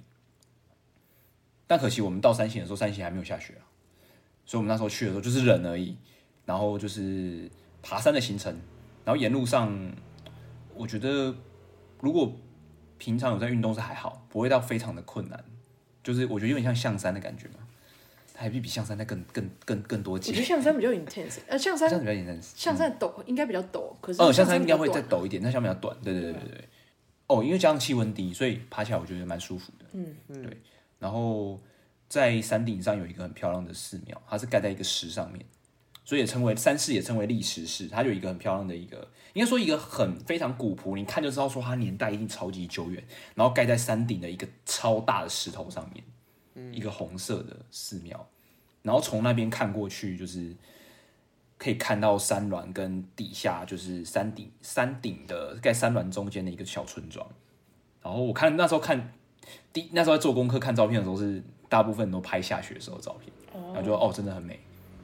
但可惜我们到三星的时候，三星还没有下雪啊，所以我们那时候去的时候就是人而已，然后就是爬山的行程，然后沿路上我觉得如果平常有在运动是还好，不会到非常的困难，就是我觉得有点像象山的感觉嘛，它还比比象山再更更更更多
我觉得
节，
象山比较 intense，呃，象
这
山
样子比较简单。
象山陡应该比较陡，可是
哦，
象
下山应
比
该
较
会再
短
陡一点，那下面比较短。对对对对对。哦，因为加上气温低，所以爬起来我觉得蛮舒服的。嗯对。然后在山顶上有一个很漂亮的寺庙，它是盖在一个石上面，所以也称为山寺，也称为砾石寺。它有一个很漂亮的一个，应该说一个很非常古朴，你看就知道说它年代一定超级久远。然后盖在山顶的一个超大的石头上面，
嗯
一个红色的寺庙。然后从那边看过去，就是可以看到山峦跟底下就是山顶山顶的在山峦中间的一个小村庄。然后我看那时候看第那时候在做功课看照片的时候是大部分都拍下雪的时候的照片，然后就哦真的很美，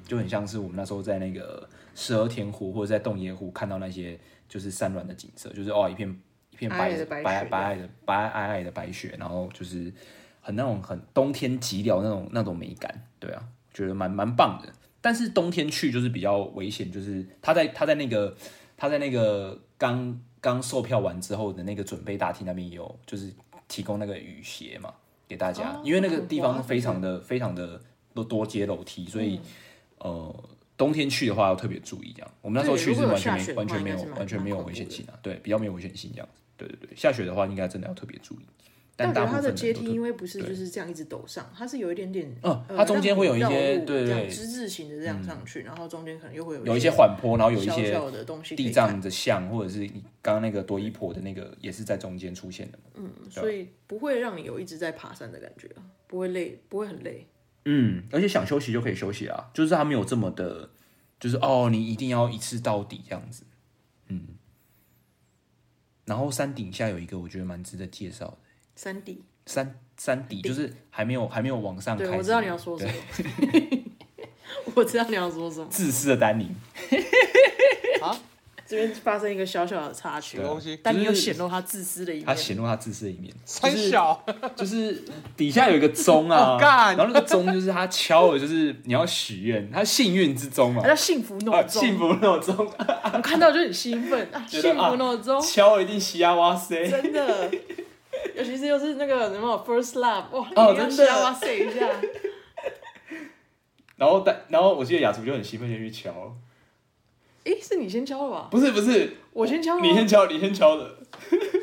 就很像是我们那时候在那个十二天湖或者在洞爷湖看到那些就是山峦的景色，就是哦一片一片
皑
白
皑的白雪
白白皑的白皑皑的白雪，然后就是很那种很冬天极聊那种那种美感，对啊，觉得蛮蛮棒的。但是冬天去就是比较危险，就是他在他在那个他在那个刚刚售票完之后的那个准备大厅那边也有，就是提供那个雨鞋嘛给大家，
哦
因为那个
很
地
滑
方非常的非常的多多阶楼梯，所以、呃冬天去的话要特别注意这样。我们那时候
嗯对
去
如
是
果有
完
下
全没
雪的
完
话
全没
应该
有
是蛮
完全没有
蛮恐
危险
怖的
性啊，对，比较没有危险性这样子。对对对，下雪的话应该真的要特别注意，
但
但大部
我觉得它
分
的
人
阶
都
梯
特
因为不是就是这样一直陡上，它是有一点点，
嗯
呃
它中间会有一
让你
些
绕路
对对
这样
对嗯
之字形的这样上去，然后中间可能又会有
有一
一
些缓坡，然后有一
小
些
小的东西可
地
以看
藏的像，或者是你刚刚那个多伊婆的那个，也是在中间出现的嘛。
所以不会让你有一直在爬山的感觉啊，不会累，不会很累。
嗯，而且想休息就可以休息啊，就是它没有这么的，就是哦，你一定要一次到底这样子。嗯，然后山顶下有一个我觉得蛮值得介绍的，
山地，
山山底就是还没有还没有往上开始。
对我知道你要说什么， 我知道你要说什么。
自私的丹尼，
这边发生一个小小的插曲
什么，东西
但你又
就是
显露他自私的一
他
面。
显露他自私的一面，
三小，
就是底下有一个钟 啊，
Oh,
然
God
后那个钟就是他敲的，就是你要许愿，他幸运之钟嘛
他，叫幸福
啊
诺哎钟，
幸福闹钟，
我看到就很兴奋 啊！
觉
幸
得
福诺钟，
敲一定西啊哇塞，
真的，尤其是又是那个什么 first love，哇，
哦
一定要
真的
吓哇塞一下，
然后但然后我记得雅竹就很兴奋先去敲，
诶，是你先敲的吧？
不是不是，
我先敲的吗啊
你先敲，你先敲的，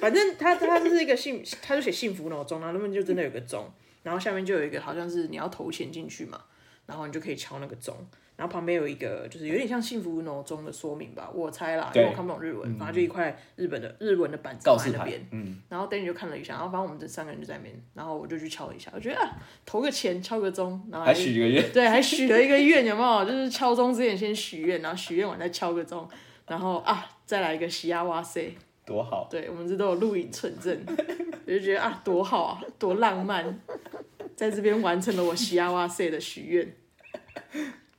反正他他就是一个幸，他就写幸福脑钟，然后那边就真的有个钟，然后下面就有一个好像是你要投钱进去嘛，然后你就可以敲那个钟，然后旁边有一个就是有点像幸福脑钟的说明吧，我猜啦，因
对嗯
为我看不懂日文，反正就一块日本的日文的板子
告
放
示
在那
牌
边，，
嗯，
然后 Danny 就看了一下，然后反正我们这三个人就在那边，然后我就去敲了一下，我觉得啊，投个钱敲个钟，然后
还许一个愿，
对，还许了一个愿，有没有？就是敲钟之前先许愿，然后许愿完再敲个钟，然后啊，再来一个西亚哇塞，
多好，
对我们这都有录影存证，我就觉得啊，多好啊，多浪漫，在这边完成了我西亚哇塞的许愿，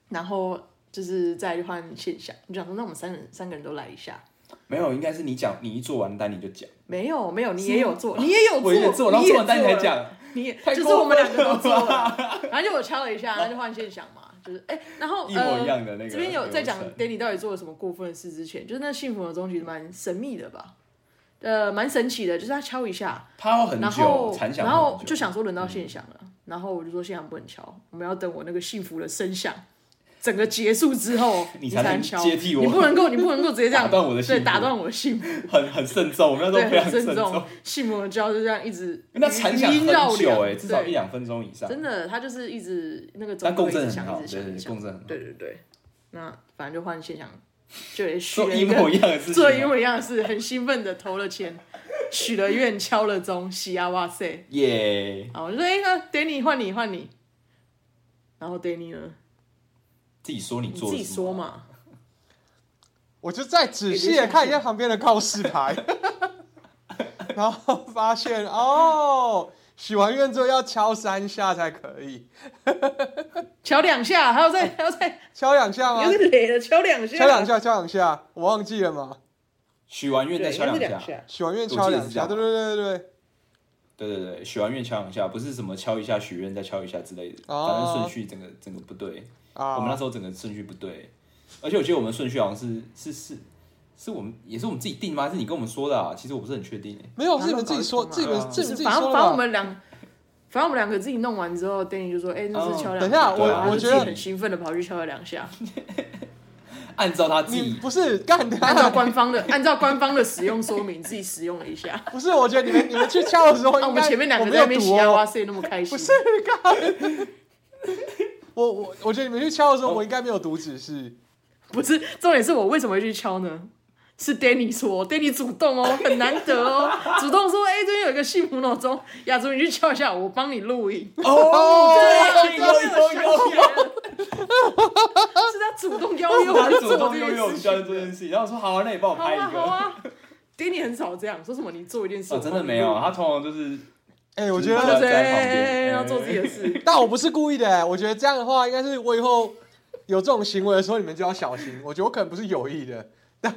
然后就是再换线下，你就想说，那我们三个人三个人都来一下。
没有，应该是你讲，你一做完单你就讲，
没有没有，你也有做，你也有做，
我也做，然后
你也
做完单你才
了
讲，
你也
太
就是
过
我们
分
两个都
了
做了， 然后就我敲了一下，那就换现想嘛，就是哎、然后
一模一样的那个
呃、这边有在讲
流程
Danny 到底做了什么过分的事之前，就是那幸福的钟其实蛮神秘的吧，呃，蛮神奇的，就是他敲一下，
他要很
然
久，
后
残响
然
会
后
很久嗯
就想说轮到现想了，然后我就说现想不能敲，我们要等我那个幸福的声响。整个结束之后，
你
你
才能
能敲
接替我
你不能够，你不能够直接这样
打断我的幸
对，
福
打断我的幸福，
很很慎重，我 们那时
对，
候非常
很
慎
慎重
重。，
幸福的教就这样一直
那残响
余音绕
很久
梁
哎、至少
对
一两分钟以上。
真的，他就是一直那个钟
但
会
共
一直
振很
响，
好，
一直
对
响，
对
一
对，
直响
共振很好。
对对对。那反正就换现象，就也许
做
了
一
个
模一样的事情
做一
啊，
模一样的事，很兴奋的投了钱，许了愿，敲了钟，喜啊哇塞！
耶！
好，我就说哎，那 Danny 换你换你，然后 Danny 呢？
自己说你
你
做
自
了
己
什
说
么啊，
嘛。
我就再仔细的看一下旁边的告示牌， 然后发现哦，许完愿之后要敲三下才可以，
敲两下，还要再还要再，
敲两下吗
啊
有？点累了，敲两下，
敲两，下，敲两下，我忘记了嘛。
许完愿
对，
再
应
敲
该是
两
两
下，
下。
许完愿敲
我
两
记得
下，
是这样
对对对对对，
对对对，许完愿敲两下，不是什么敲一下许愿再敲一下之类的，
哦
反正顺序整个整个不对。我们那
啊，
时候整个顺序不对，而且我记得我们顺序好像是是是是我们也是我们自己定吗？还是你跟我们说的啊？其实我不是很确定诶。
没有，是你们自己说，
哪
自
有
己
搞得通啊
们自己们自己
反正
说
反
的
正我
吧。
们两，反正我们两个自己弄完之后，Danny 就说：“哎，那是敲
嗯
两
等一下
我
然后
我
就
觉
自
得
己很兴奋的跑去敲了两下，
哎
按照他自
你
己
不是干的，
按照官方的按照官方的使用说明，自己使用了一下。
不是，我觉得你们你们去敲 的时候，
啊那我
应
们
该
前面两
我
个
没
在那
有
边
读
嘻哈哇
哦。
塞那么开心，
不是我我我觉得你们去敲
哦
的时候，我应该没有读指示。
不是，重点是我为什么会去敲呢？是 Danny 说，Danny 主 动哦，很难得哦，主动说，哎、这边有一个幸福闹钟，雅竹你去敲一下，我帮你录影。
哦，
对
有有有有，
是他主动邀约我
他
去
主
做
动
这
拥
件
有
事
教这
情。
件事情，然后我说好啊，那你帮我
好
拍一
啊好
个。
啊，Danny 很少这样说什么，你做一件事，
哦，
我
真
帮
的
你
没有，
录
他通常就是
哎，我觉
影，
他
他
就
就
得，
在
是
旁边
哎 要做自己的事。
但我不是故意的。哎我觉得这样的话，应该是我以后有这种行为的时候，你们就要小心。我觉得我可能不是有意的，
什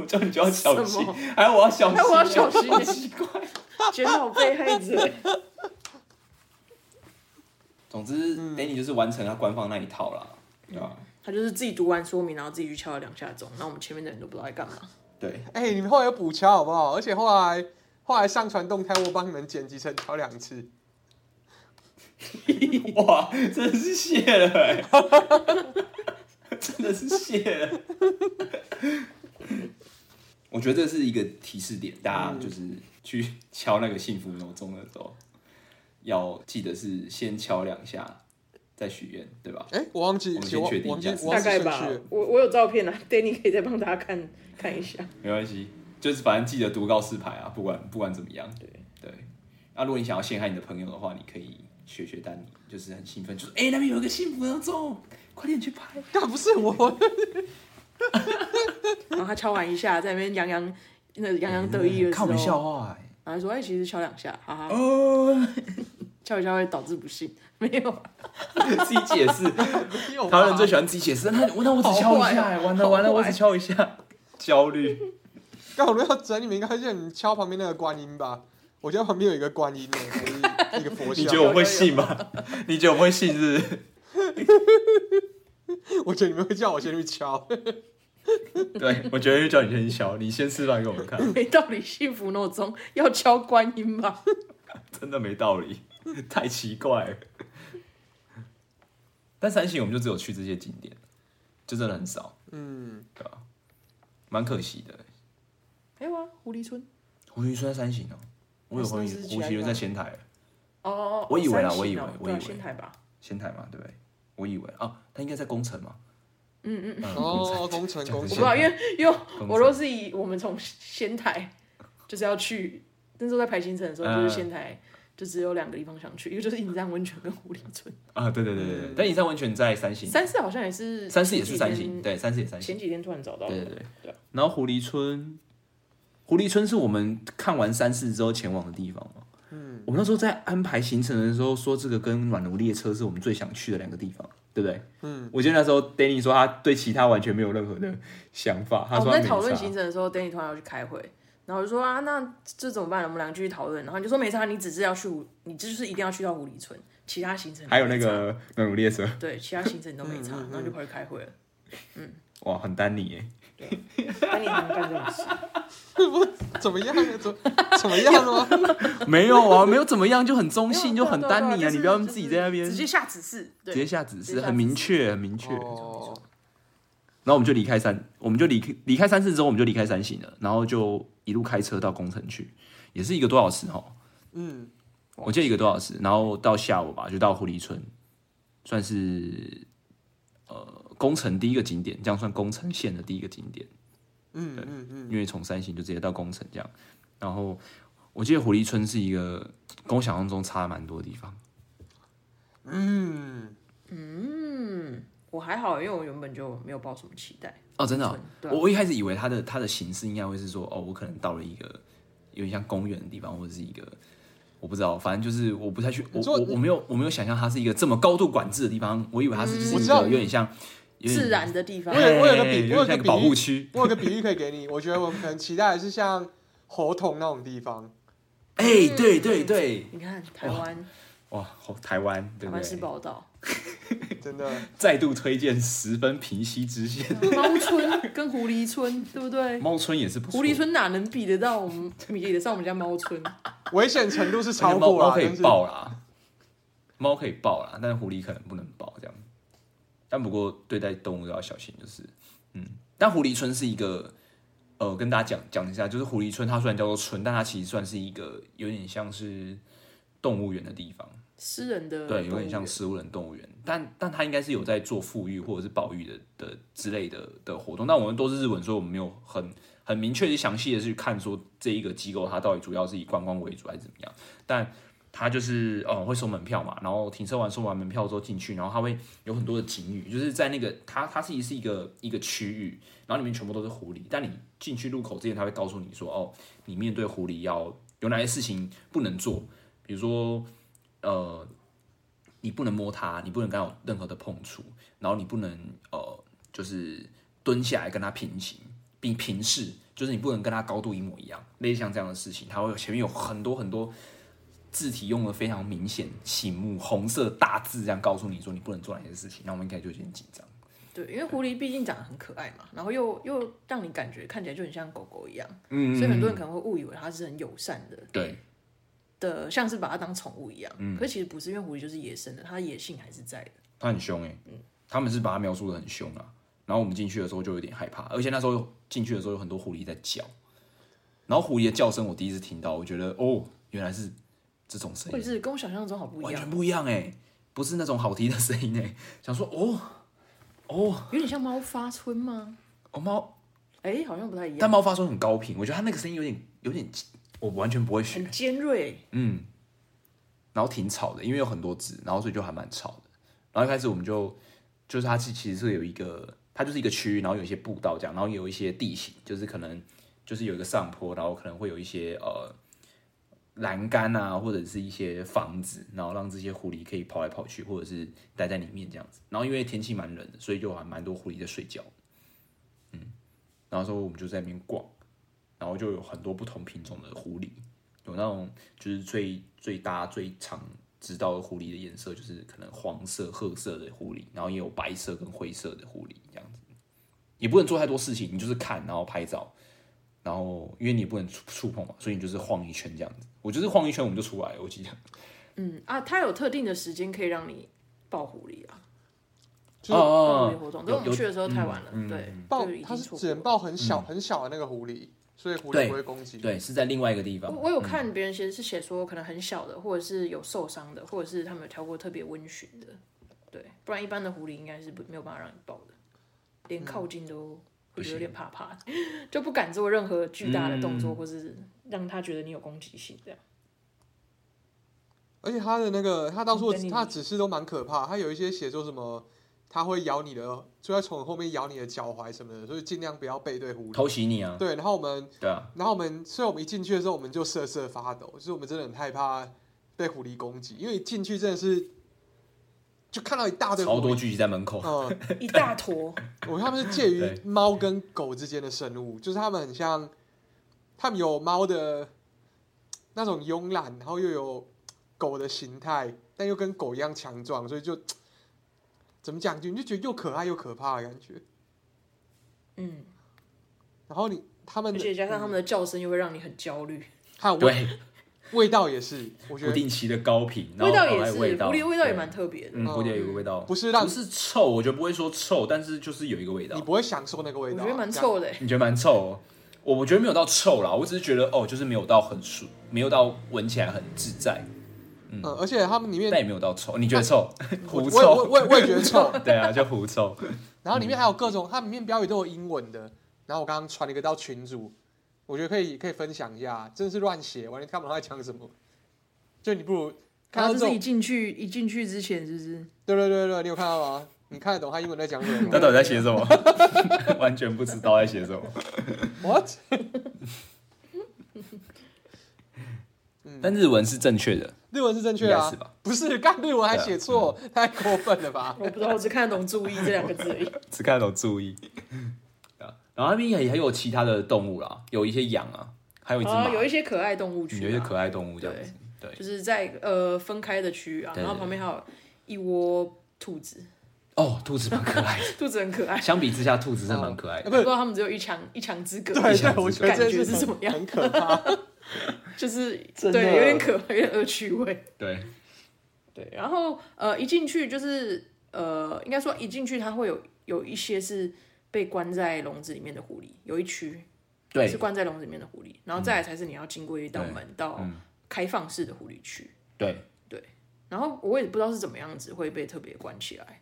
么叫你就要小
什
心
么，
还有我要小心，
哎，我要小心、
好
欸，
奇怪。哎
检讨被害者。
总之
嗯
，Danny 就是完成他官方那一套啦，对啊吧？
他就是自己读完说明，然后自己去敲了两下钟，然后我们前面的人都不知道在干嘛。
对，
哎、你们后来有补敲好不好？而且后来后来上传动态，我帮你们剪辑成敲两次。
哇，真的是谢了、欸，真的是谢了。我觉得这是一个提示点，大
嗯
家就是去敲那个幸福闹钟的时候，要记得是先敲两下再许愿，对吧？
哎、我忘记，
我们先
我
确定
忘记
一下
我忘
大
记
概
顺
吧
序了。，
我我有照片啊，Danny 可以再帮大家看看一下。
没关系，就是反正记得读告示牌啊，不管不管怎么样，
对
对。啊那如果你想要陷害你的朋友的话，你可以学学丹尼，就是很兴奋，就是哎、欸那边有一个幸福闹钟，快点去拍。
但不是我， 我
然后他敲完一下，在那边洋洋那洋洋得意的时
看
候，
我们笑话、欸，
然后说：“哎、其实敲两下，哈哈，
哦、
敲一下会导致不幸。” 没有，啊
自己解 释。
没有吧
台湾人最喜欢自己解释，那那我只敲一下、
啊
哎完了完了，我只敲一下，焦虑。
但我如果要整你们，应该叫你们敲旁边那个观音吧。我觉得旁边有一个观音呢，欸 还是一个佛
你
像
觉。得我会信吗？你觉得我会信是 不是？
我觉得你们会叫我先去敲。
对，我觉得就叫你先敲，你先示范给我们看，
没道理，幸福闹钟要敲观音 吧？
真的没道理， 太奇怪了。但三星我们就只有去这些景点，就真的很少，
嗯，
对吧？蛮可惜的、
还有啊，狐狸村。
胡云村在三星哦、我有胡
那
云
是其他地
胡
方
麒麟在仙台，
哦哦哦，
我以为啦
三
我以
星
为
哦
我
对啊
以为
仙台吧。
仙台嘛，对不对？我以为哦，他应该在工程嘛。
嗯嗯，嗯
嗯，工程
哦，工程工
我不
仙
知
台
道，因为因为
工
我
程
若是以我们从仙台 就是要去，那时候在排行程的时候，
嗯
就是仙台。就只有两个地方想去，一个就是银山温泉跟狐狸村。
啊，对对对对对
嗯，
但银山温泉在三星，
三四好像也是，
三四也是三星，
星。
对，三四也三
前
星，
几天突然找到
对
了，
对
对
对
啊。
然后狐狸村，狐狸村是我们看完三四之后前往的地方嘛。
嗯，
我们那时候在安排行程的时候说，这个跟暖炉列车是我们最想去的两个地方，对不对？
嗯，
我记得那时候 Danny 说他对其他完全没有任何的想法，他
哦我
说
们
他
在讨论
没差
行程的时候，Danny 突然要去开会，然后我就说啊，那这怎么办？我们两个继续讨论。然后你就说没差，你只是要去狐，你就是一定要去到狐狸村，其他行程都
还有那
没差
个暖炉列车，
对，其他行程你都没差
嗯嗯嗯，
然后就跑去开会了。
哇，很丹尼耶，
但你还能干这种事？
怎么样啊？怎怎么样啊了吗？
没有啊，没有怎么样，就很中性，
没
就
有
很
对
丹
对
尼
对
啊，
就是
你不要自己在那
就
边
是直接下指示，对
直接下指
直接
示，
下
很
指
明
示
确，很明确。
哦，
然后我们就离开三，我们就离开离开三次之后，我们就离开三行了，然后就一路开车到工程去，也是一个多小时哈，
嗯，
我记得一个多小时，然后到下午吧，就到狐狸村，算是呃工程第一个景点，这样算工程线的第一个景点，
嗯嗯嗯，
因为从三行就直接到工程这样。然后我记得狐狸村是一个跟我想象中差蛮多的地方，
嗯，
嗯，
我还好，因为我原本就没有抱什么期待。
哦，真的哦、
对啊
我我一开始以为它的它的形式应该会是说，哦，我可能到了一个有点像公园的地方，或者是一个我不知道，反正就是我不太去，我
你说
我我没有我没有想象它是一个这么高度管制的地方，我以为它是就是
嗯我
一
知道
个有点像有点
自然的地方
我，有我有个
哎
比我
有点像
有个
一个
比
保护
喻，
区，
我有个比喻可以给你。我觉得我们可能期待的是像猴童那种地方，
哎、
嗯
对对对，
你看台湾，
哇，好台湾对
台
不
湾是
对？
宝岛，
真的。
再度推荐十分平息之线，
猫村跟狐狸村，对不对？
猫村也是不错，
狐狸村哪能比得到我们比得上我们家猫村？
危险程度是
而且
超
猫
过
猫
了，
可
但
以
是
抱啦，猫可以抱啦，但是狐狸可能不能抱这样。但不过对待动物都要小心，就是嗯，但狐狸村是一个。呃，跟大家讲讲一下，就是狐狸村，它虽然叫做村，但它其实算是一个有点像是动物园的地方。
私人的
对，有
动物
点像
园
食物人动物园，但但他应该是有在做富裕或者是保育的的之类的的活动。但我们都是日本，所以我们没有很很明确的详细的去看说这一个机构它到底主要是以观光为主还是怎么样。但它就是哦会收门票嘛，然后停车完收完门票之后进去，然后它会有很多的景语，就是在那个它它是是一个一个区域，然后里面全部都是狐狸。但你进去入口之前，它会告诉你说哦，你面对狐狸要有哪些事情不能做，比如说呃。你不能摸它，你不能跟它有任何的碰触，然后你不能呃，就是蹲下来跟它平行，并平视，就是你不能跟它高度一模一样，类似像这样的事情，它会有前面有很多很多字体用的非常明显、醒目、红色大字这样告诉你说你不能做哪些事情，那我们应该就有点紧张。
对，因为狐狸毕竟长得很可爱嘛，然后又又让你感觉看起来就很像狗狗一样，
嗯
所以很多人可能会误以为它是很友善的
对
的，像是把它当宠物一样。
嗯
可其实不是，因为狐狸就是野生的，它的野性还是在的。
他很凶哎、他们是把它描述的很凶啊。然后我们进去的时候就有点害怕，而且那时候进去的时候有很多狐狸在叫，然后狐狸的叫声我第一次听到，我觉得哦，原来是这种声
或
音，
者是跟我想象中好不一
完全
样，
不一样哎、不是那种好听的声音哎、想说哦哦
有点像猫发春吗？
哦猫，
哎，好像不太一
但
样，
猫发出很高频，我觉得它那个声音有点有点，我完全不会学
很，尖锐。
嗯，然后挺吵的，因为有很多只，然后所以就还蛮吵的。然后一开始我们就就是它是其实是有一个，它就是一个区域，然后有一些步道这样，然后有一些地形，就是可能就是有一个上坡，然后可能会有一些呃栏杆啊，或者是一些房子，然后让这些狐狸可以跑来跑去，或者是待在里面这样子。然后因为天气蛮冷的，所以就还蛮多狐狸在睡觉。嗯，然后说我们就在那边逛，然后就有很多不同品种的狐狸。有那种就是最最大最常知道的狐狸的颜色，就是可能黄色、褐色的狐狸，然后也有白色跟灰色的狐狸这样子。也不能做太多事情，你就是看，然后拍照，然后因为你不能触触碰嘛，所以你就是晃一圈这样子。我就是晃一圈我们就出来了，我 记得。
嗯啊，它有特定的时间可以让你抱狐狸啊，
就是
抱狐狸活动。但
哦啊有嗯
我们
有
去的时候太晚了，对，
抱
就已，
它
经
是
错
只
过
能
了。
抱很小很小的那个狐狸，所以狐狸
对
不会攻击。，
对，是在另外一个地方
我。我有看别人写是写说可能很小的，或者是有受伤的，或者是他们有挑过特别温驯的，对，不然一般的狐狸应该是不没有办法让你抱的，连靠近都
嗯不
会
行嗯
觉得有点怕怕，就不敢做任何巨大的动作，或是让他觉得你有攻击性这样。
而且它的那个，它当初
等你
它的指示都蛮可怕，它有一些写作什么，它会咬你的，就在从后面咬你的脚踝什么的，所以尽量不要背对狐狸。
偷袭你啊，
对，然后我们，
对啊，
然后我们，所以我们一进去的时候，我们就瑟瑟发抖，就是我们真的很害怕被狐狸攻击，因为一进去真的是就看到一
啊
大堆狐
超多
狸，
聚集在门口。
嗯，
一大 坨，
我哦他们是介于
对
猫跟狗之间的生物，就是他们很像，他们有猫的那种慵懒，然后又有狗的形态，但又跟狗一样强壮，所以就怎么讲，就你就觉得又可爱又可怕的感觉。
嗯，
然后你他们
而
的嗯
且加上他们的叫声又会让你很焦虑，
还有味
对，
味道也是，我觉
不
得
定期的高频，然
味
后
道
还有
也是，
味道，
狐狸的味道也
对
蛮特别的。
嗯，蝴蝶有个味道，
哦不是让
不是臭，我觉得不会说臭，但是就是有一个味道
你，不会享受那个味
我
道啊，
觉得蛮
这样
臭的 欸，
你觉得蛮臭、哦？我我觉得没有到臭啦，我只是觉得哦，就是没有到很舒，没有到闻起来很自在，
嗯，而且他们里面
但也没有到臭。你觉得臭？
啊 我
狐
我也我
臭？
我也我也觉得臭，
对啊，就狐 臭。
然后里面还有各种，它里面标语都有英文的。然后我刚刚传了一个到群组，我觉得可以可以分享一下，真的是乱写，完全看不懂他在讲什么。就你不如看到
然后
这
这是一
种，
进去一进去之前，是不是？
对对对对，你有看到吗？你看得懂他英文在 讲什么
他
吗
到底在写什么？ 完全不知道在写什么。
？What？嗯
但日文是正确的，
日文是啊正
应
确
该
啊
是？吧？
不是，干日文还写错，太过分了吧？
我不知道，我 只看得懂“注意”这两个字而 已。
只看得懂注意。对啊然后那边也还有其他的动物啦，有一些羊啊，还有一只马，
啊，有一些可爱动物
嗯
区、
有
啊，
一些可爱动物这样子。对，
就是在呃分开的区域啊，
对
然后旁边还有一窝兔子，
哦，兔子蛮可爱的。
兔子很可爱。
相比之下，兔子是蛮可爱
啊
的。
不
我不
是
知，道他们只有一墙一墙之 隔，
对
想
对，我
知
觉得
道
这
感觉是
很
怎么样
很可怕。
就是
真的
对，有点可爱，有点恶趣味。
对，
对，然后呃一进去就是呃，应该说一进去它会有有一些是被关在笼子里面的狐狸，有一区是
对，嗯
关在笼子里面的狐狸，然后再来才是你要经过一道
对
门到
嗯
开放式的狐狸区。
对，
然后我也不知道是怎么样子会被特别关起来。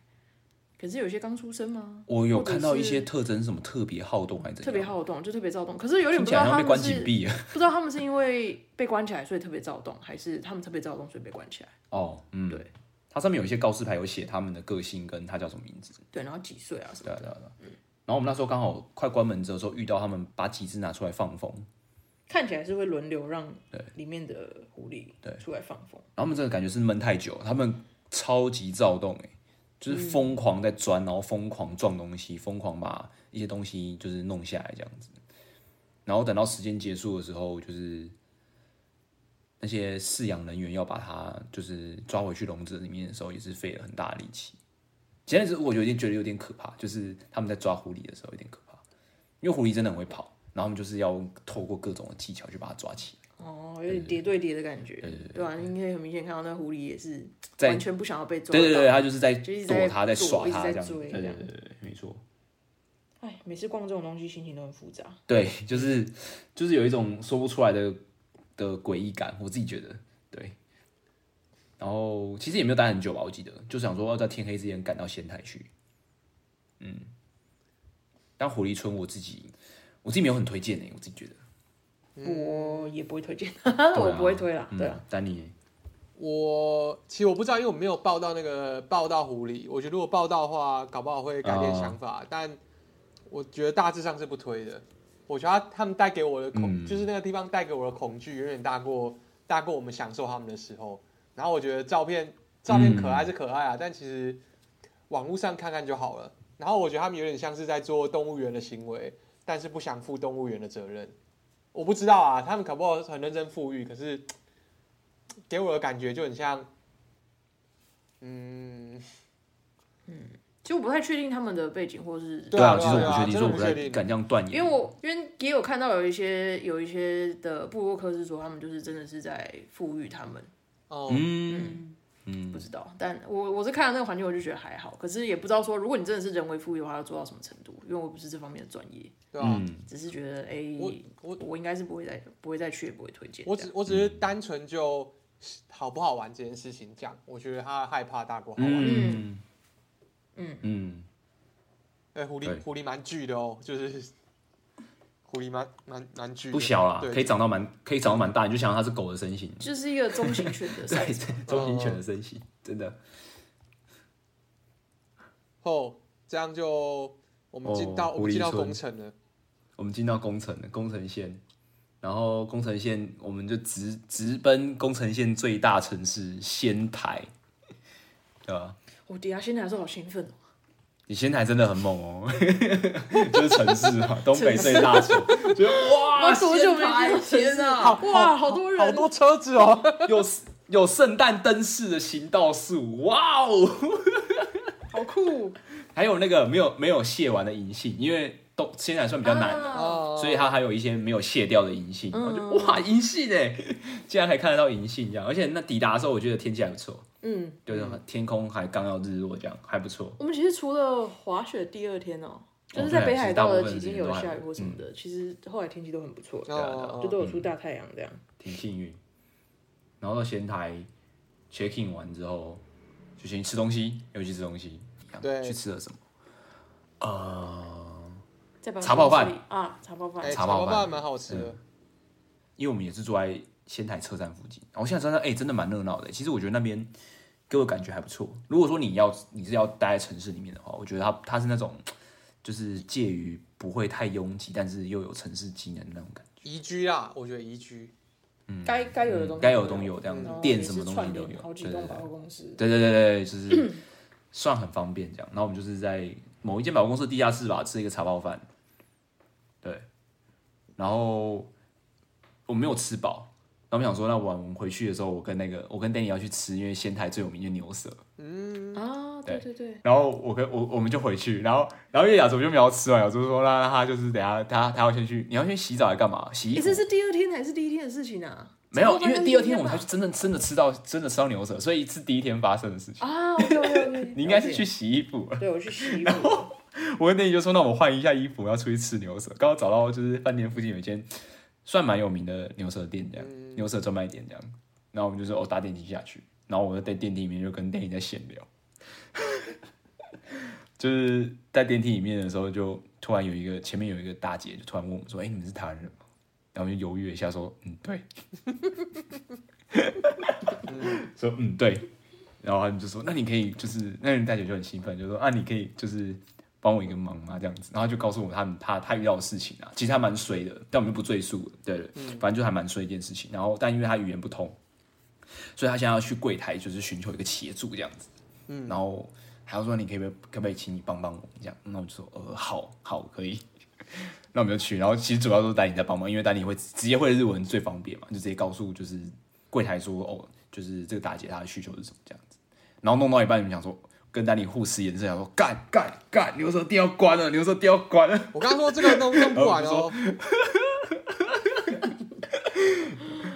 可是有些刚出生吗？
我有
或者
看到一些
是
特征，什么特别好动还是怎样
特别，好动，就特别躁动。可是有
听
点不
起
知
来
道
好像
他
被关
们
禁
是
闭了。
不知道他们是因为被关起来所以特别躁动，还是他们特别躁动所以被关起来。
哦，嗯，
对，
它上面有一些告示牌有写他们的个性跟它叫什么名字。
对，然后几岁啊什
对
么
啊，
的。
对啊，对啊。然后我们那时候刚好快关门的时候遇到他们把几只拿出来放风，
看起来是会轮流让
对
里面的狐狸
对
出来放风，
然后他们真的感觉是闷太久，他们超级躁动哎、就是疯狂在钻，然后疯狂撞东西，疯狂把一些东西就是弄下来这样子。然后等到时间结束的时候，就是那些饲养人员要把它就是抓回去笼子里面的时候，也是费了很大的力气。其实我有点觉得有点可怕，就是他们在抓狐狸的时候有点可怕，因为狐狸真的很会跑，然后他们就是要透过各种的技巧去把它抓起来。
哦，有点叠对叠的感觉，
对对对
吧、你可以很明显看到那狐狸也是
在
完全不想要被抓
对对对，啊
到。
他就是在
就一直
躲
在
他，在
躲
耍
一直
他
在
这样子。
追
对
这
对
样
对，对没错。
哎，每次逛这种东西心情都很复杂。
对，就是就是有一种说不出来的的诡异感，我自己觉得对。然后其实也没有待很久吧，我记得就想说要在天黑之前赶到仙台去。嗯，但狐狸村我自己我自己没有很推荐呢、欸我自己觉得。
我也不会推荐，
对
我
啊
不会推啦，对啊。
嗯，丹尼，
我其实我不知道，因为我没有报到那个报到狐狸。我觉得如果报到的话，搞不好会改变想法，但我觉得大致上是不推的。我觉得他他们带给我的恐，
嗯
就是那个地方带给我的恐惧，远远大过大过我们享受他们的时候。然后我觉得照片照片可爱是可
嗯
爱啊，但其实网络上看看就好了。然后我觉得他们有点像是在做动物园的行为，但是不想负动物园的责任。我不知道啊，他们搞不好很认真富裕，可是给我的感觉就很像，嗯，
其实我不太确定他们的背景或是
对
啊，
啊
其
对
实
啊
我不确定，
对啊
所以我
真的不
不
确
太
定
敢这样断
嗯
言。
因为我因为也有看到有一些有一些的部落客是说他们就是真的是在富裕他们，
哦，
嗯
不知道。但我我是看了那个环境，我就觉得还好，可是也不知道说如果你真的是人为富裕的话，要做到什么程度，因为我不是这方面的专业，
对吧、
嗯，
只是觉得哎、
我
我我应该是不会再不会再去，也不会推荐这样。
我只我只
嗯
是单纯就好不好玩这件事情讲，我觉得他害怕大过好玩。
嗯嗯嗯，
哎、狐
对
狸狐狸蛮巨的哦，就是 狐狸蛮蛮蛮巨的，
不小啦，
对
可以长到蛮可以长到蛮大，你就想象它是狗的身形。
就是一个中型犬的赛
对，
制，
中型犬的身形，真的。
哦，这样就我们进到、
哦
我们进到
狐狸村
工程了，
我们进到宫城了，宫城县，然后宫城县，我们就直直奔宫城县最大城市仙台，对吧？
我底下现在还是好兴 奋哦，
你仙台真的很猛哦， 就是城市嘛，东北最大城，觉得哇，
哦
我多久没
仙台
见到
天啊，
好
哇，好多
好
人，
多车子哦，
有有圣诞灯饰的行道树，哇哦！
好酷，
还有那个没有没有卸完的银杏，因为都现在算比较难的，
啊
哦，
所以它还有一些没有卸掉的银杏，然后就
嗯
哇银杏哎， 竟然还看得到银杏这样，而且那抵达的时候我觉得天气还不错，
嗯，
就是天空还刚要日落这样，还不错。
我们其实除了滑雪第二天哦，就是
哦对
在
啊
北
其
海
实大
道
部
的
分
几
时
天
间
有
都还嗯
下雨
不
或什么的，其实后来天气都很不错，
啊
啊
哦哦
就
嗯
都有出大太阳这样。
挺幸运。然后到仙台 check in 完之后，就先吃东西，又去吃东西。
对
去吃了什么？呃，
在
茶泡饭
啊，茶泡
哎
饭，
茶
茶
包
包
饭嗯
饭蛮好吃的，
因为我们也是住在仙台车站附近，然后现在真的哎、真的蛮热闹的。其实我觉得那边给我感觉还不错。如果说你要你是要待在城市里面的话，我觉得它它是那种就是介于不会太拥挤，但是又有城市机能的那种感觉。
宜居啦，我觉得宜居。
该该有的东西，
嗯该有的东西有这样子
然后
店
也
什
是
么东西
串
都
联
有
好几
对对
栋
对
百货公司。
对对对对，就是算很方便这样。然后我们就是在某一间百货公司的地下室吧，吃一个茶包饭，对，然后我没有吃饱。然后我们想说，那晚我们回去的时候，我跟那个我跟 Danny 要去吃，因为仙台最有名的牛舌。嗯
啊，对对对，
然后我跟我我们就回去，然后然后因为雅竹就没有吃完，雅竹说那那他就是等下他他要先去，你要先洗澡还干嘛？洗衣
哎，
服
这是第二天还是第一天的事情啊？
没有因
茶泡？饭
为
是
第二天我们才
吧
去真的真的吃到真的吃到牛舌，所以是第一天发生的事情。
啊，OK OK OK，
你应该是去洗衣服，
对，我去 洗衣服，
我跟店员就说，那我们换一下衣服，要出去吃牛舌。刚好找到就是饭店附近有一间算蛮有名的牛舌店，这样、牛舌专卖店这样。然后我们就说哦，搭电梯下去，然后我就在电梯里面就跟电影在闲聊， 就是在电梯里面的时候，就突然有一个前面有一个大姐就突然问我们说，哎、你们是台湾人吗？然后我们就犹豫了一下说，嗯，对， 说嗯对，然后他们就说，那你可以就是那人大姐就很兴奋，就说啊，你可以就是帮我一个忙嘛这样子，然后就告诉我他们他他遇到的事情啊，其实他蛮衰的，但我们就不赘述了，对对，反正就还蛮衰一件事情。然后但因为他语言不通，所以他现在要去柜台就是寻求一个协助这样子，嗯，然后还要说你可以不可以可不可以请你帮帮我这样，那我就说呃好好可以。 那我们就去，然后其实主要都是丹尼在帮忙，因为丹尼会直接会日文最方便嘛，就直接告诉就是柜台说哦，就是这个大姐她的需求是什么这样子，然后弄到一半，你们想说跟丹尼互使眼色，想说干干干，牛舌店要关啊了，牛舌店要关了，
我刚刚说这个弄弄不完哦，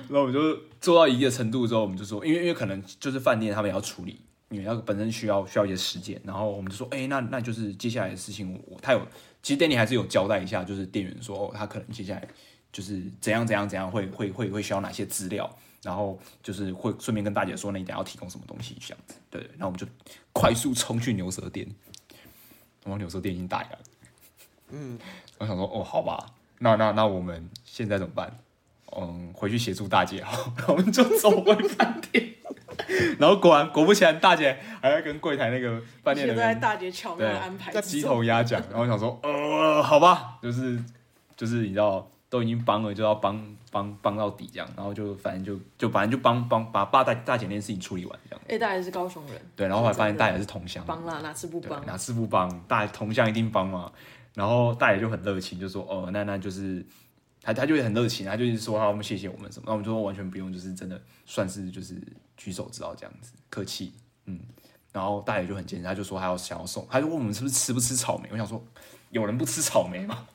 然后我们就做到一定的程度之后，我们就说，因为因为可能就是饭店他们也要处理，因为要本身需要需要一些时间，然后我们就说，哎、那那就是接下来的事情我，他有其实 Danny 还是有交代一下，就是店员说，哦，他可能接下来就是怎样怎样怎样会会会会需要哪些资料，然后就是会顺便跟大姐说，那你等下要提供什么东西这样子，对，然后我们就快速冲去牛舌店，然后牛舌店已经打烊，嗯，我想说，哦，好吧，那那那我们现在怎么办？嗯，回去协助大姐好，然后我们就走回饭店。 然后果然果不其然，大姐还在跟柜台那个饭店
现
的
在
人
大姐巧妙
对啊
的安排
在
之
鸡
中，
头鸭讲。然后我想说，呃，好吧，就是就是你知道，都已经帮了，就要帮帮帮到底这样。然后就反正就就反正就帮帮把把大大姐那件事情处理完这样。
哎，大姐是高雄人，
对，然后后来发现大姐是同乡，
帮啦，哪次不
对，啊
帮？
哪次不帮？大同乡一定帮嘛。然后大爷就很热情，就说：“哦，那那就是他，他就会很热情，他就是说他们谢谢我们什么。”那我们就说完全不用，就是真的算是就是举手之劳这样子，客气，嗯。然后大爷就很坚持，他就说他要想要送，他就问我们是不是吃不吃草莓。我想说，有人不吃草莓吗？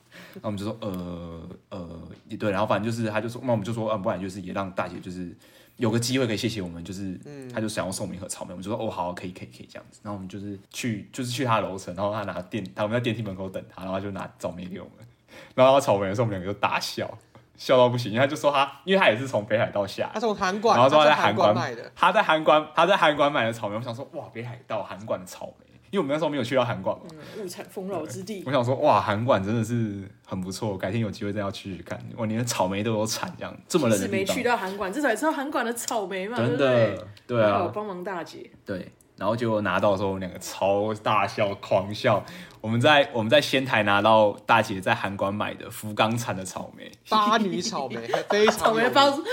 然后我们就说，呃呃，也对，然后反正就是，他就说，那我们就说，啊，不然就是也让大姐就是有个机会可以谢谢我们，就是，他就想要送我们一盒草莓，我们就说，哦，好，可以，可以，可以这样子。然后我们就是去，就是去他的楼层，然后他拿电，他我们在电梯门口等他，然后他就拿草莓给我们，然后他草莓的时候，我们两个就大笑，笑到不行，因为他就说他，因为他也是从北海道下来
他从韩馆，
然后说
他
他在
在
韩
馆
馆
买的，
他在韩馆，他在韩馆买的草莓，我想说，哇，北海道韩馆的草莓，因为我们那时候没有去到韩馆嘛，
物产丰饶之地
我。想说，哇，韩馆真的是很不错，改天有机会再要去去看。哇，连草莓都有产，这样这么冷
是
的
没
地方
去，到韩馆，至少也知道韩馆的草莓嘛，对
真
不对
的？，对
还好
啊，
帮忙大姐，
对。然后结果拿到的时候，我们两个超大笑，狂笑。我们在我们在仙台拿到大姐在韩馆买的福冈产的草莓，
巴女草 莓还非常
草莓的
有
包
名，
子，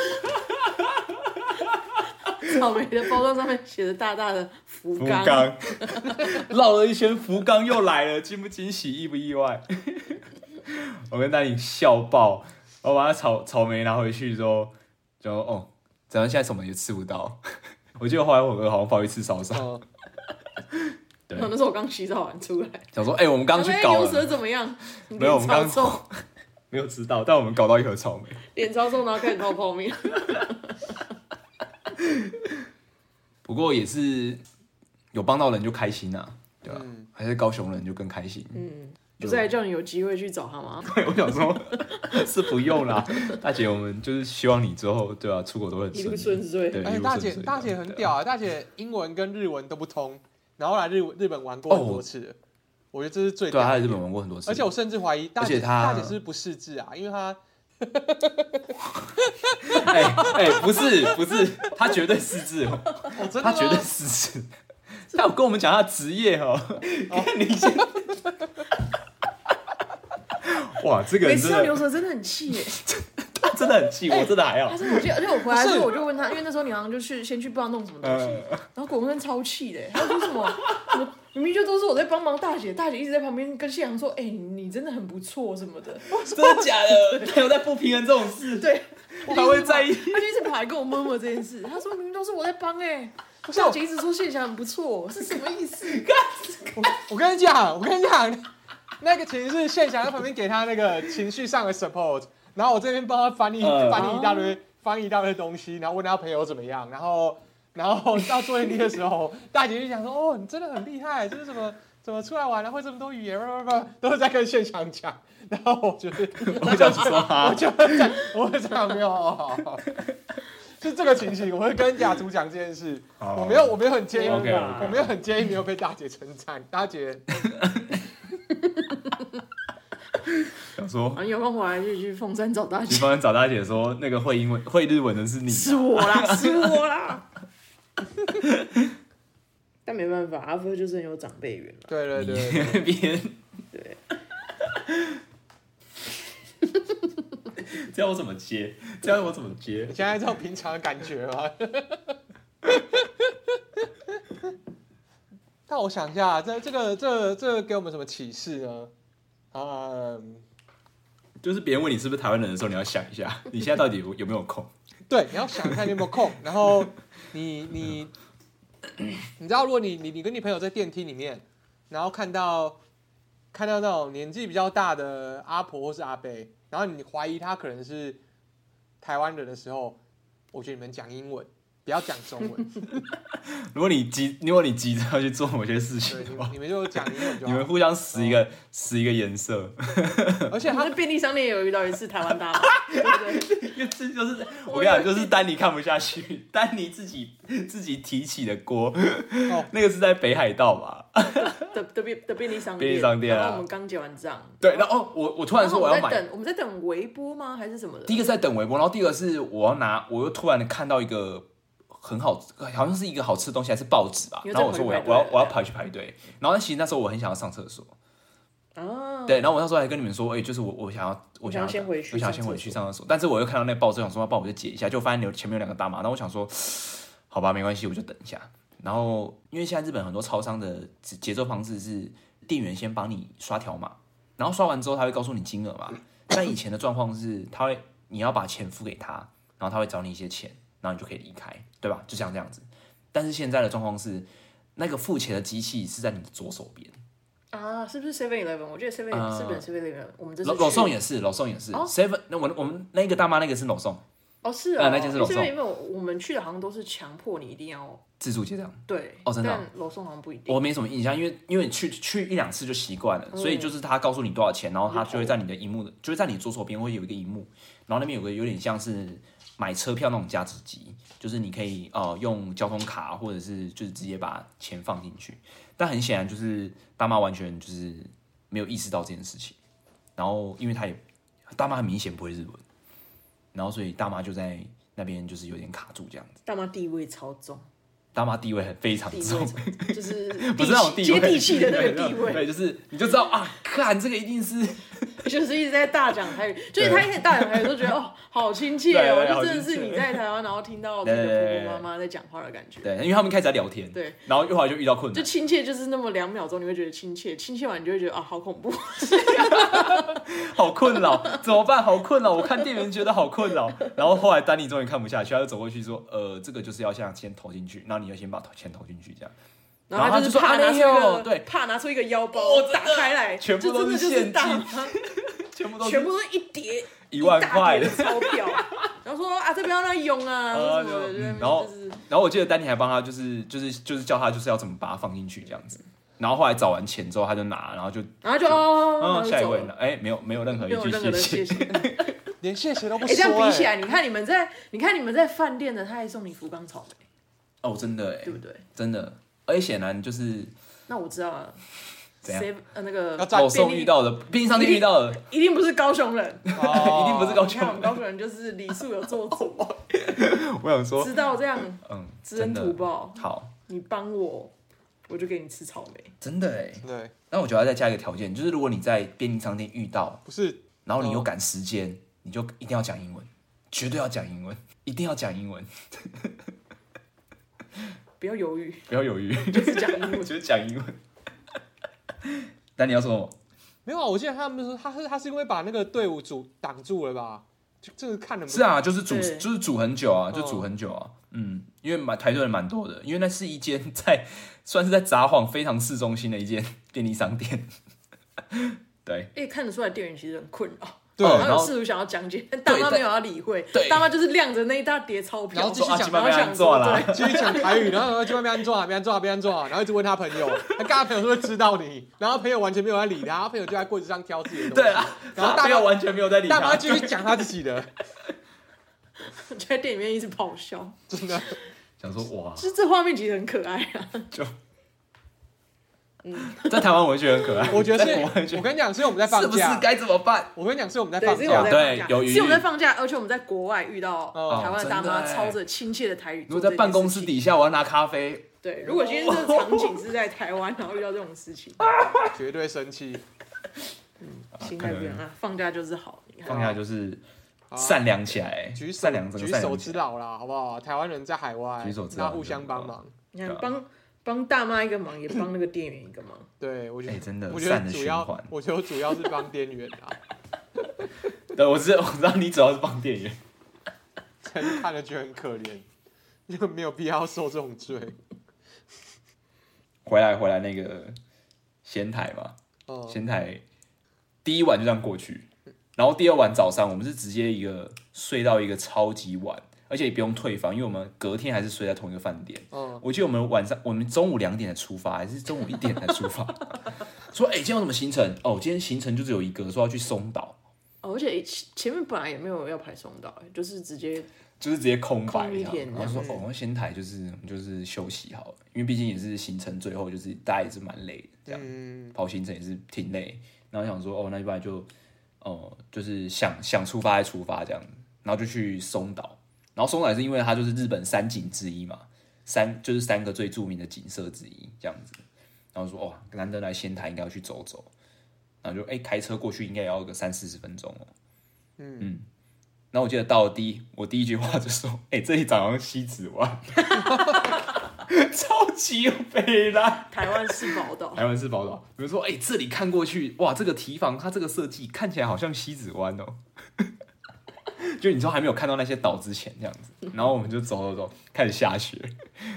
草莓的包装上面写着大大的福
福
冈，
冈 绕了一圈，福冈又来了，惊不惊喜，意不意外？ 我跟丹尼笑爆，我把那草草莓拿回去之后，就说哦，咱 们现在什么也吃不到。我记得后来我们好像跑去吃烧烧，
哦
对，
然后那时候我刚洗澡完出来，
想说，哎、我们刚去
哎
搞
牛
了，
舌怎么样？
没有我们刚
脸超臭，
没有吃到，但我们搞到一盒草莓。
脸超臭，然后开始泡 泡面。
不过也是有帮到人就开心啊，对吧、
嗯
还是高雄人就更开心。
嗯，
不是还叫你有机会去找他吗？
我想说， 是不用啦，大姐，我们就是希望你之后对啊，出国都很
一路顺
顺利。
遂。
对，
而
一
且
路
大
顺
姐
遂
大姐很
对啊
屌啊，大姐英文跟日文都不通，然后来日日本玩过很多次了，我觉得这是最
哦对啊，
屌
她
的
在日本玩过很多次，
而且我甚至怀疑大
而
姐
且她
大姐是不是不识字啊，因为她
哎哎、不是不是，她绝对失智哦，
哦真的
她
吗
绝对失智。她有跟我们讲她的职业哦，看你 先。哇，这个
每
人
次
真
啊
到牛
的，
舌真的很气 耶，
他真的很气，我真的还好
他。真的很气。而且我回来
不是
之后我就问他，因为那时候你好像就去先去不知道弄什
哎
么东西，
呃，
然后果公真超气的，欸他说什么什么明明就都是我在帮忙大姐，大姐一直在旁边跟谢阳说，哎、你真的很不错什么的，
真的假的？他有在不平衡这种事？
对，
他会在意？
他就一直跑来跟我摸摸这件事，他说明明都是我在帮哎、
不是啊
大
我
姐一直说谢翔很不错，是什么意思？
我我跟你讲，我跟你讲，那个其实是现翔在旁边给他那个情绪上的 support，然后我这边帮他翻译、
嗯
翻译一大堆翻译一大堆东西，然后问他朋友怎么样，然后然后到做业地的时候，大姐就想说哦，你真的很厉害，就是怎么怎么出来玩了啊会这么多语言， 不不不，都是在跟现翔讲，然后我就是
我想说哈
我，就在我这样没有，哦好好好是这个情形，我会跟雅竹讲这件事，
好
我没有我没有很介意。
哦
OK，OK
我没有很介意没有被大姐称赞，大姐
想说
然后有空回来就去凤山找大
你
姐，
帮人找大姐说，那个会英文、会日文的是你、
是我啦，是我啦，
但没办法，阿福就是很有长辈缘了。
对对
你
对，
那边。
对，
这样我怎么接？这样我怎么接
你？现在这种平常的感觉吗？ 但我想一下，啊这这个这个这个给我们什么启示呢？嗯，
就是别人问你是不是台湾人的时候，你要想一下，你现在到底有有没有空？
对，你要想一下你有没有空，然后你你你知道，如果你你你跟你朋友在电梯里面，然后看到看到那种年纪比较大的阿婆或是阿伯，然后你怀疑他可能是台湾人的时候，我觉得你们讲英文，不要讲中文。
如果你急，如果你急着要去做某些事情
对，你
的
们
话，
你们就讲英文就
哦你
好
们互相使一个使一个颜色，
而且
他
他
在便利商店也有遇到一次台湾大妈，对不对？
因为这就是 我跟你讲，就是丹尼看不下去， 丹尼自己自己提起的锅，
哦
那个是在北海道吧？
的的便的便利商店，
便利商店啊
然后我们刚结完账，
对，然后哦我我突然
然
说
后我
我要
们在
买，
等，我们在等微波吗？还是什么的？
第一个是在等微波，然后第二个是我要拿，我又突然看到一个很好，好像是一个好吃的东西，还是报纸吧。
你又
然
再
后我说我要
跑去排
我要我要跑去排
队了
队，然后其实那时候我很想要上厕所，
啊，
对，然后我那时候还跟你们说，哎、就是我我想要我
想要
要
先回去
我想要先回去上厕所，但是我又看到那个报纸，想说那帮我就解一下，就发现有前面有两个大妈，然后我想说，好吧，没关系，我就等一下。然后因为现在日本很多超商的节奏方式是店员先帮你刷条码，然后刷完之后他会告诉你金额嘛。但以前的状况是，他会你要把钱付给他，然后他会找你一些钱，然后你就可以离开，对吧？就像这样子。但是现在的状况是，那个付钱的机器是在你的左手边，
啊，是不是 Seven Eleven？我记得 Seven
啊
Seven Seven Eleven，我们这次
老老宋
也
也是，老宋也是
哦
seven。那我我们那个大妈那个是老宋
哦是
啊
哦，
那间是
因为
楼上
Seven Eleven 我们去的好像都是强迫你一定要
自助结账，
对
哦真的啊
但楼送好像不一定
我没什么印象，因为因为你去去一两次就习惯了，
嗯
所以就是他告诉你多少钱，然后他就会在你的荧幕的，就会在你左手边会有一个荧幕，然后那边有个有点像是买车票那种价值机，就是你可以呃用交通卡或者是就是直接把钱放进去，但很显然就是大妈完全就是没有意识到这件事情，然后因为她也大妈很明显不会日文，然后所以大妈就在那边就是有点卡住这样子，
大妈地位超 重，
大妈地位很非常
地位
重
超。重就是
不是那种
地
地
气
位
接地气的那个 地
对，
位，
就是你就知道啊，看这个一定是
就是一直在大讲台语，就是他一直大讲台语都觉得哦好亲切
对
哦，
对
就真
好
的
亲
是
切
你在台湾然后听到自己的婆婆妈妈在讲话的感觉。
对，因为他们开始在聊天，
对，
然后一会儿就遇到困
就
难，
亲切，就是那么两秒钟，你会觉得亲切，亲切完你就会觉得啊，好恐 怖。
好困扰，怎么办？好困扰，我看店员觉得好困扰，然后后来丹尼终于看不下去，他就走过去说，呃，这个就是要像先投进去，然后你要先把钱投进去这样，然后
他
他
就是
就说
怕拿出一
啊没有
个，
对
怕拿出一个腰包
哦真的
打开来，
全部
就
都
真的
是
就
现
是
金
大，
全部都
全
是
部都是一叠
一万
大
块
叠的。钞 票，然后说啊这不要乱用啊，
啊
或什么的
对
就在那边
然后
就是
然后我记得丹尼还帮他，就是就是就是叫他就是要怎么把它放进去这样子。然后后来找完钱之后，他就拿，然后就
然后就哦，然后
嗯
就
下一
走
位
了，
呢？哎，没有没有任何
没
一
有
句
任何的
谢
谢谢。
谢。
连谢谢都不
哎，这样
说
比起
哎。
来，你看你们在，你看你们在饭店的，他还送你福冈草莓，
哦，真的哎
对，不对？
真的，而且显然就是
那我知道了。
怎样
Seven- 呃，那
要
个
炸
偶哦送遇到的，便利商店遇到的，
一定不是高雄人，你
哦
一定不是高雄
看我们高雄人就是礼数有做主，
我想说，
知道这样
嗯，
知恩
真
图
的
报，
好，
你帮我，我就给你吃草莓。
真的哎。
对，
那我觉得要再加一个条件，就是如果你在便利商店遇到，
不是
然后你又
哦
赶时间，你就一定要讲英文，绝对要讲英文，一定要讲英文，
不要犹豫，
不要犹豫，
就是讲英 文。
就是讲英文。但你要说什么？
没有啊。我记得他们说他是他是因为把那个队伍阻挡住了吧？就这个看的
是，啊，就是煮，
对
就是煮很久啊，就
哦
煮很久啊。嗯，因为蛮排队人蛮多的，因为那是一间在算是在札幌非常市中心的一间便利商店。 对
哎，看得出来店员其实很困扰。
对
哦
他
然
有
后
试图想要讲解，但大妈
但
没有要理会
对，
大妈就是亮着那一大叠钞票，
然后继续
啊
讲
基本上
然后
没
想
做
说
啦，
继续讲台语，然后去外面安装啊，别安装啊，别安装啊，然后一直问他朋友，他跟他朋友说知道你，然后朋友完全没有在理他，他朋友就在柜子上挑自己的东
对
西，
啊，
然后大
没有
妈
完全没有在理
大
他
妈。继续讲他自己的，
就在店里面一直咆哮，
真的，
想说哇，
就是这画面其实很可爱 啊。
在台湾我会觉得很可爱，
我觉 得
在国外
是，
觉
我跟你讲，是因为我们在
得是不
放
是
假，
该怎么办？
我跟你讲，是我们在
对，
放
是我
哦
假，
们在
对
放假，
有余
是我们在放假，而且我们在国外遇到
哦
台湾的大
真
妈
的欸
操着亲切的台语，
如果在办公室。底下我要拿咖啡，
对，如果今天这个场景是在台湾，然后遇到这种 事情，
啊
绝对生气，
心态不一样啊。放假就是好，你看
放下就是
好啊
善良起来，
举手
善良整
举
个善
手
良
之
起来。
劳啦，好不好？台湾人在海外，
举手之劳
大家互相帮忙。
你看
对啊
帮帮大妈一个忙，也帮那个店员一个忙。
对，我觉得、
哎真的
我觉
善
得
的
主
循
要
环，
我觉得主要是帮店员啊，
对，我知道我知道你主要是放电源。
真的看了觉得很可怜，因为没有必要受这种罪。
回来回来那个仙台嘛，
哦、
仙台第一晚就这样过去，然后第二晚早上我们是直接一个睡到一个超级晚，而且也不用退房，因为我们隔天还是睡在同一个饭店。
嗯，
我记得我们晚上，我们中午两点才出发，还是中午一点才出发？说哎、今天有什么行程？哦，今天行程就只有一个，说要去松岛，
哦，而且前前面本来也没有要排松岛，欸就是直接
就是直接空白
空一
这样。
天
然后说
这
哦，那仙台就是就是休息好了，因为毕竟也是行程最后，就是大家也是蛮累的这样。
嗯，
跑行程也是挺累，然后想说哦，那一般就哦、就是想想出发再出发这样，然后就去松岛，然后松岛也是因为它就是日本三景之一嘛，三就是三个最著名的景色之一这样子，然后说哇，哦难得来仙台，应该要去走走，然后就哎、开车过去应该也要个三四十分钟哦，嗯嗯，然后我记得到了第一，我第一句话就说，哎、这里长像西子湾， 超级北啦。
台湾是宝 岛。
台湾是宝岛，比如说，哎、这里看过去，哇，这个提防它这个设计看起来好像西子湾哦。 就你说还没有看到那些岛之前这样子，然后我们就走走走，开始下雪，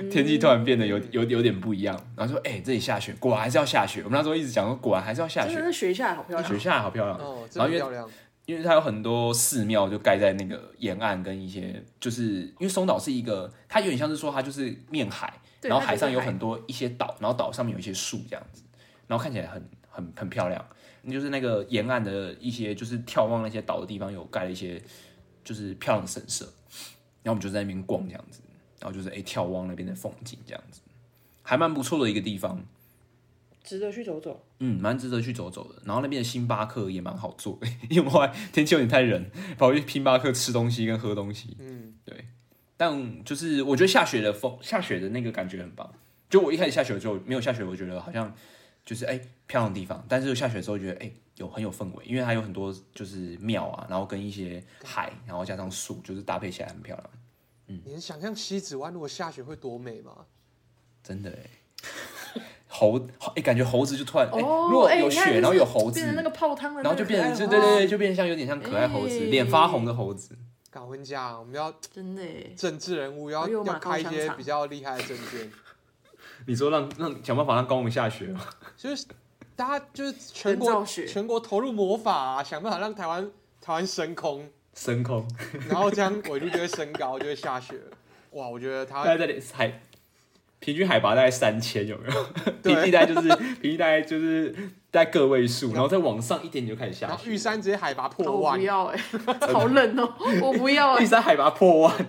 嗯
天气突然变得有有有点不一样，然后说，哎、这里下雪，果然还是要下雪。我们那时候一直讲说，果然还是要下
真的，
雪，
那学下来好漂
雪
亮。
下来好漂亮。
哦，
然
真
后
的
因为
漂亮，
因为它有很多寺庙就盖在那个沿岸跟一些，就是因为松岛是一个，它有点像是说它就是面海，
对
然后
它
海
就是
上有
海
很多一些岛，然后岛上面有一些树这样子，然后看起来很很很漂亮。就是那个沿岸的一些，就是眺望那些岛的地方，有盖了一些就是漂亮的神社，然后我们就在那边逛这样子，然后就是哎、眺望那边的风景这样子，还蛮不错的一个地方。
值得去走走。
嗯，蛮值得去走走的。然后那边的星巴克也蛮好做的，因为我们后来天气有点太冷，跑去星巴克吃东西跟喝东西。
嗯，
对。但就是我觉得下雪的风，下雪的那个感觉很棒。就我一开始下雪的时候没有下雪，我觉得好像就是哎、漂亮的地方，但是下雪之后觉得哎、有很有氛围，因为它有很多就是庙啊，然后跟一些海，然后加上树，就是搭配起来很漂亮，
你能想象西子湾如果下雪会多美吗？
真的哎、 猴哎、感觉猴子就突然哎、
哦，
如果
哎
有
你看
雪，
就是
然后有猴子
变，成那个泡汤的那
然
个
后就
可
变
爱的
成
猴子，
就对对对，就变成像有点像可爱猴子，
哎
脸发红的猴子。
搞婚啊假，我们要
真的耶。欸
政治人物要
哎呦
要
马高
开一
香
些
肠
比较厉害的证件，
你说让让想办法让高雄下雪吗？
就是大家就是全
人造
国
雪
全国投入魔法、啊，想办法让台湾台湾升空，
升空，
然后这样纬度就会升高，就会下雪了。哇，我觉得台
大
湾
概在海平均海拔大概三千，有没有？
对
平地大概就是平地大概就是在个位数，然后再往上一点你就开始
然
下
后
雪
玉。山直接海拔
哦
破
我
万
不，
欸
要哎、好冷哦、我不要哎、
玉山海拔破万，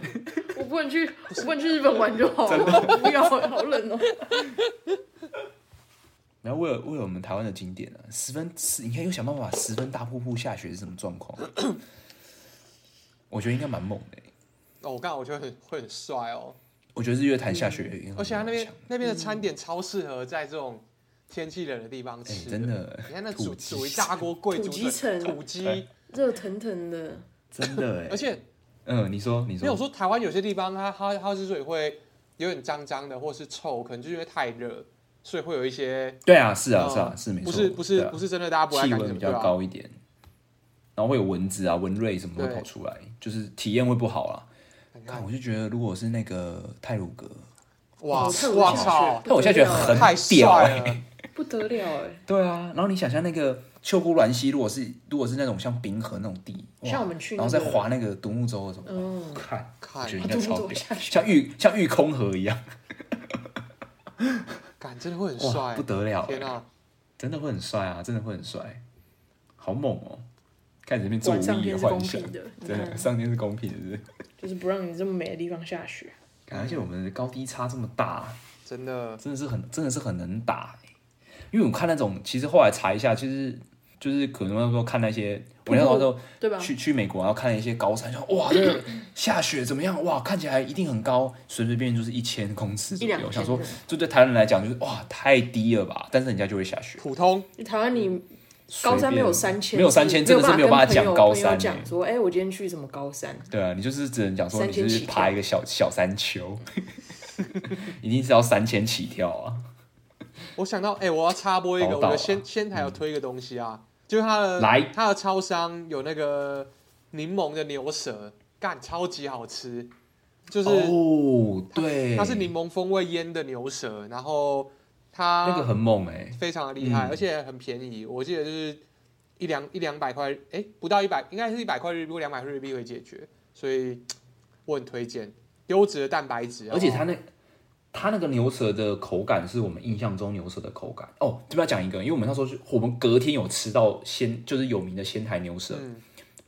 我不能去，我不能去日本玩就好了， 我不要、欸，好冷哦、
然后为了为了我们台湾的景点呢、啊，十分十，你看又想办法把十分大瀑布下雪是什么状况？我觉得应该蛮猛的欸、
哦，我刚我觉得很会很帅哦，
我觉得日月潭下雪应该蛮
而且他那边
强的
那
嗯
边的餐点超适合在这种天气冷的地方
哎、
吃，
真。的，
你看那
土
煮
鸡哎
煮一大锅贵
土
族
鸡
城
城
土鸡，
热腾腾的，
真的哎、
而且
嗯，你说你
没有
说，
说台湾有些地方它它它之所以会有点脏脏的或是臭，可能就是因为太热，所以会有一些
对啊，是啊
嗯
是啊是没错，
不是不是
对啊
不是真的大家不爱
气
干
温
净，
比
对啊
较
吧？
高一点，然后会有蚊子啊、蚊瑞什么会
对
跑出来，就是体验会不好啦。
你
看，
看
我就觉得如果是那个泰鲁格，
哇
我看
哇
我
操，
但我现在觉得很
太
屌哎、
帅了！
不得了哎，
对啊，然后你想象那个秋姑峦溪，如果是如果是那种像冰河那种地，哇
像我们去那
然
个
后再划那个独木舟的时候，
嗯
看，
看
我觉得应该超屌，
下雪
像御像御空河一样，
感真的会很
哇，
帅
不，得了、
天
欸，
啊！
真的会很帅啊，真的会很帅，好猛哦、看你这边做无
晚上
意义
天
的
是公
幻想
平，的，你
真的
看
上天是公平的，是不是
就是不让你这么美的地方下雪。
而且我们的高低差这么大，
真的，
真的是很真的是很能打、欸。因为我看那种，其实后来查一下，其实就是可能说看那些，我那时候
对吧？
去去美国，然后看了一些高山，就哇，这个下雪怎么样？哇，看起来一定很高，随随便便就是一千公尺左
一两
右。
千
我想说，就对台湾人来讲，就是哇，太低了吧？但是人家就会下雪，
普通
台湾你高山没有三千，
嗯没有三千，真的是没有
办
办法
跟朋
讲
友
高
朋
山、
友
欸。
讲说，哎，我今天去什么高山？
对啊，你就是只能讲说你
3000
就是
起跳
爬一个小小山丘， 一定是要三千起跳啊。
我想到，哎、我要插播一个，
宝
我
岛
觉
啊
得仙仙台有推一个东西啊，就是它的
来
它的超商有那个柠檬的牛舌，干超级好吃，就是、
哦，对，
它是柠檬风味腌的牛舌，然后它
那个很猛哎、
非常的厉害，
嗯
而且很便宜，我记得就是一两一两百块，哎、不到一百，应该是一百块日币或两百块日币会解决，所以嘖我很推荐，优质的蛋白质，啊
而且它
好
那它那个牛舌的口感是我们印象中牛舌的口感哦。这边要讲一个，因为我们那时候是我们隔天有吃到仙，就是有名的仙台牛
不
舌
好，嗯，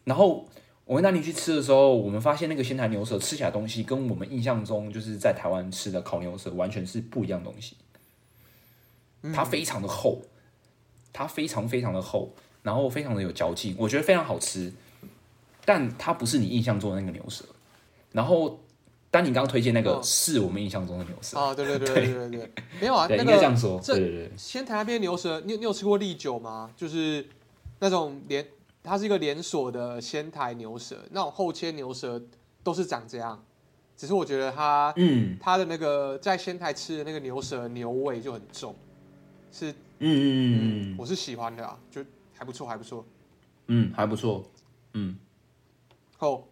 然后。我跟丹尼去吃的时候，我们发现那个仙台牛舌吃起来的东西跟我们印象中就是在台湾吃的烤牛舌完全是不一样的东西。它非常的厚，它非常非常的厚，然后非常的有嚼劲，我觉得非常好吃。但它不是你印象中的那个牛舌。然后，丹尼刚刚推荐那个
哦
是我们印象中的牛舌，
啊，对对对对对对对，没有啊，
对，
那
应该这
个
样说。
这
对对对，
仙台那边的牛舌，你你有吃过利酒吗？就是那种连，它是一个连锁的仙台牛舌，那种厚切牛舌都是长这样，只是我觉得它
嗯
它的那个在仙台吃的那个牛舌牛味就很重，是
嗯嗯嗯
我是喜欢的啊，就还不错还不错。
嗯，还不错。嗯，
后哦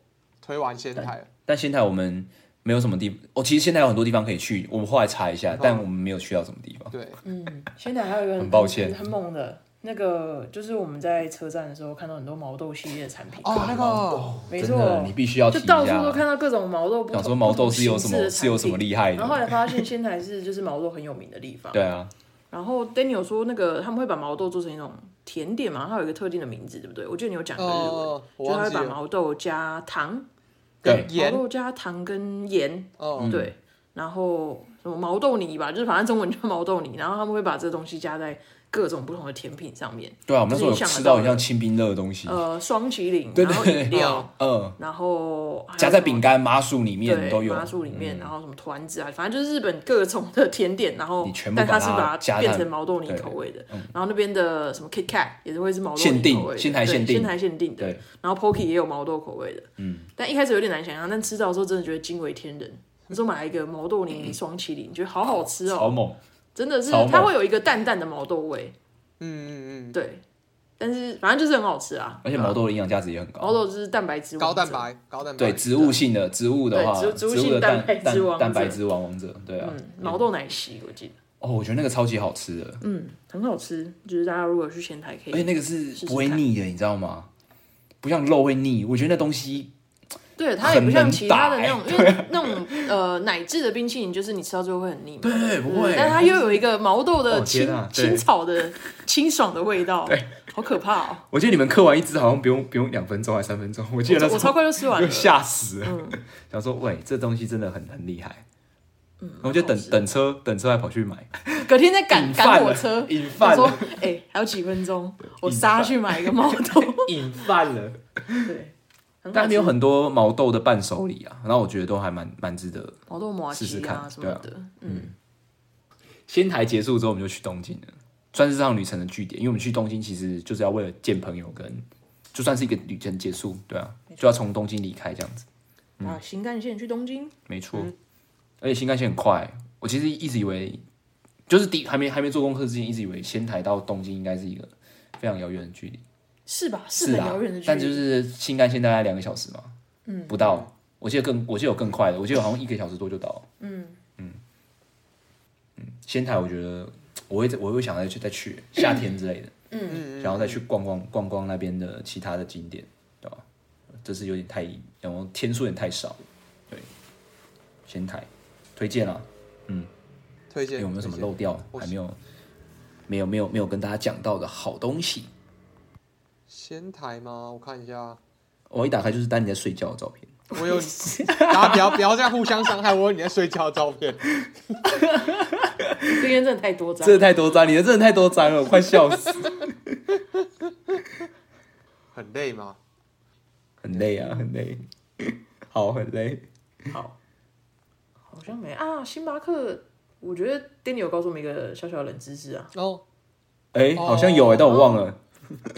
推完仙台了，
但仙台我们没有什么地哦，其实仙台有很多地方可以去，我们后来查一下，但我们没有去到什么地方。
对，
嗯，仙台还有一个
很抱歉
很很猛的那个，就是我们在车站的时候看到很多毛豆系列的产品，
哦那个
哦
没
真的
错
你必须要提
就
一
到处都
下。
看到各种毛豆不同，
想说毛
不
豆
同
是有什
形式
么
的
是有什么
产品
厉害
然后后
的？
来发现仙台是就是毛豆很有名的地方。
对啊，
然后 Danny 有说那个他们会把毛豆做成一种甜点嘛，它有一个特定的名字，对不对？我记得你有讲过日文，
哦，我
就它
忘
会
记
把
了，
毛豆加糖，
对
跟
毛
盐，
豆加糖跟盐，
哦，
嗯
对，然后什么毛豆泥吧，就是反正中文叫毛豆泥，然后他们会把这东西加在各种不同的甜品上面，
对啊，我们那时候有
就是
吃
像
到很像清冰乐的东西，
呃，双麒麟，
对
然后
对
饮
对
料，
嗯，
然后还有
夹在
什么
饼干、麻薯里面都
对，
有嗯
麻，薯里面，然后什么团子啊，反正就是日本各种的甜点，然后
你全部
但
把它
它是把
加
它
在
变成毛豆泥
对嗯
口味的，然后那边的什么 Kit Kat 也是会是毛豆
限
泥
定
口味的，
仙台
对
限定
仙台限定的
对，
然后 Pocky 也有毛豆口味的，嗯，但一开始有点难想象，但吃到的时候真的觉得惊为天人。你说买一个毛豆泥双麒麟，觉得好好吃
好
哦，
猛，
真的是
嗯超猛
它会有一个淡淡的毛豆味，
嗯嗯
对，但是反正就是很好吃啊，
而且毛豆的营养价值也很
毛
高。
豆就是蛋白质
嗯，
王
高
者，
蛋白，高蛋白，
对植物性的植物的话，
对植植物性
的
蛋
蛋
白质王
蛋蛋
者
白质王王者，对啊，
嗯，毛豆奶昔我记得，
哦，我觉得那个超级好吃的，
嗯，很好吃。就是大家如果去前台可
而且
以，
哎那个是
试
不会
看
腻的，你知道吗？不像肉会腻，我觉得那东西
对它也不像其他的
很
那
能
种，因为那种呃奶制的冰淇淋，就是你吃到最后会很腻嘛。嗯
对 对不会
但它又有一个毛豆
哦
的
天
清
啊对
清草的清爽的味道，
对，
好可怕哦！
我记得你们嗑完一只好像不用不用两分钟还是三分钟，我记得那
我
时
超
候
快就吃完
就
了。 嗯
吓死了，想说喂，这东西真的很很厉害。
嗯
然后就等等车，等车还跑去买，
隔天再赶
瘾犯
赶火
了
车，
瘾
他
犯
说
了，：“
哎、还有几分钟，我
瘾
杀
犯
去买一个毛 豆。
瘾犯了。”
对，很好
但
吃
没有很多毛豆的伴手礼啊，然后我觉得都还蛮蛮值得。
毛豆麻
试试
吉啊
看
什么的
对，嗯，仙台结束之后，我们就去东京了，算是这趟旅程的据点，因为我们去东京其实就是要为了见朋友跟，就算是一个旅程结束，对啊，就要从东京离开这样子，嗯
啊，新干线去东京，
没错。而且新干线很快，我其实一直以为，就是第还没还没做功课之前，一直以为仙台到东京应该是一个非常遥远的距离，
是吧？
是
很
啊
遥远的距离，
但就是新干线大概两个小时嘛，嗯，不到。我记得更，我记得有更快的，我记得好像一个小时多就到了。嗯嗯嗯，仙台我觉得我会我会想再去再去夏天之类的，
嗯，
然后再去逛逛逛逛那边的其他的景点，对吧？这是有点太，然后天数有点太少，对。仙台推荐啊，
推荐
有哎没有什么
推荐
漏掉还没有？没有没有没有跟大家讲到的好东西，
仙台吗？我看一下，
我一打开就是丹尼在睡觉的照片。
我有， 大家不要不要这样互相伤害。我有你在睡觉的照片，
这边真的太多张
真。的太多张，你的真的太多张了，我快笑死，
很累吗？
很累啊，很累， 好，很累。
好像没啊，星巴克，我觉得 Danny 有告诉我们一个小小的冷知识啊。
哦
哎、好像有哎、但我忘了。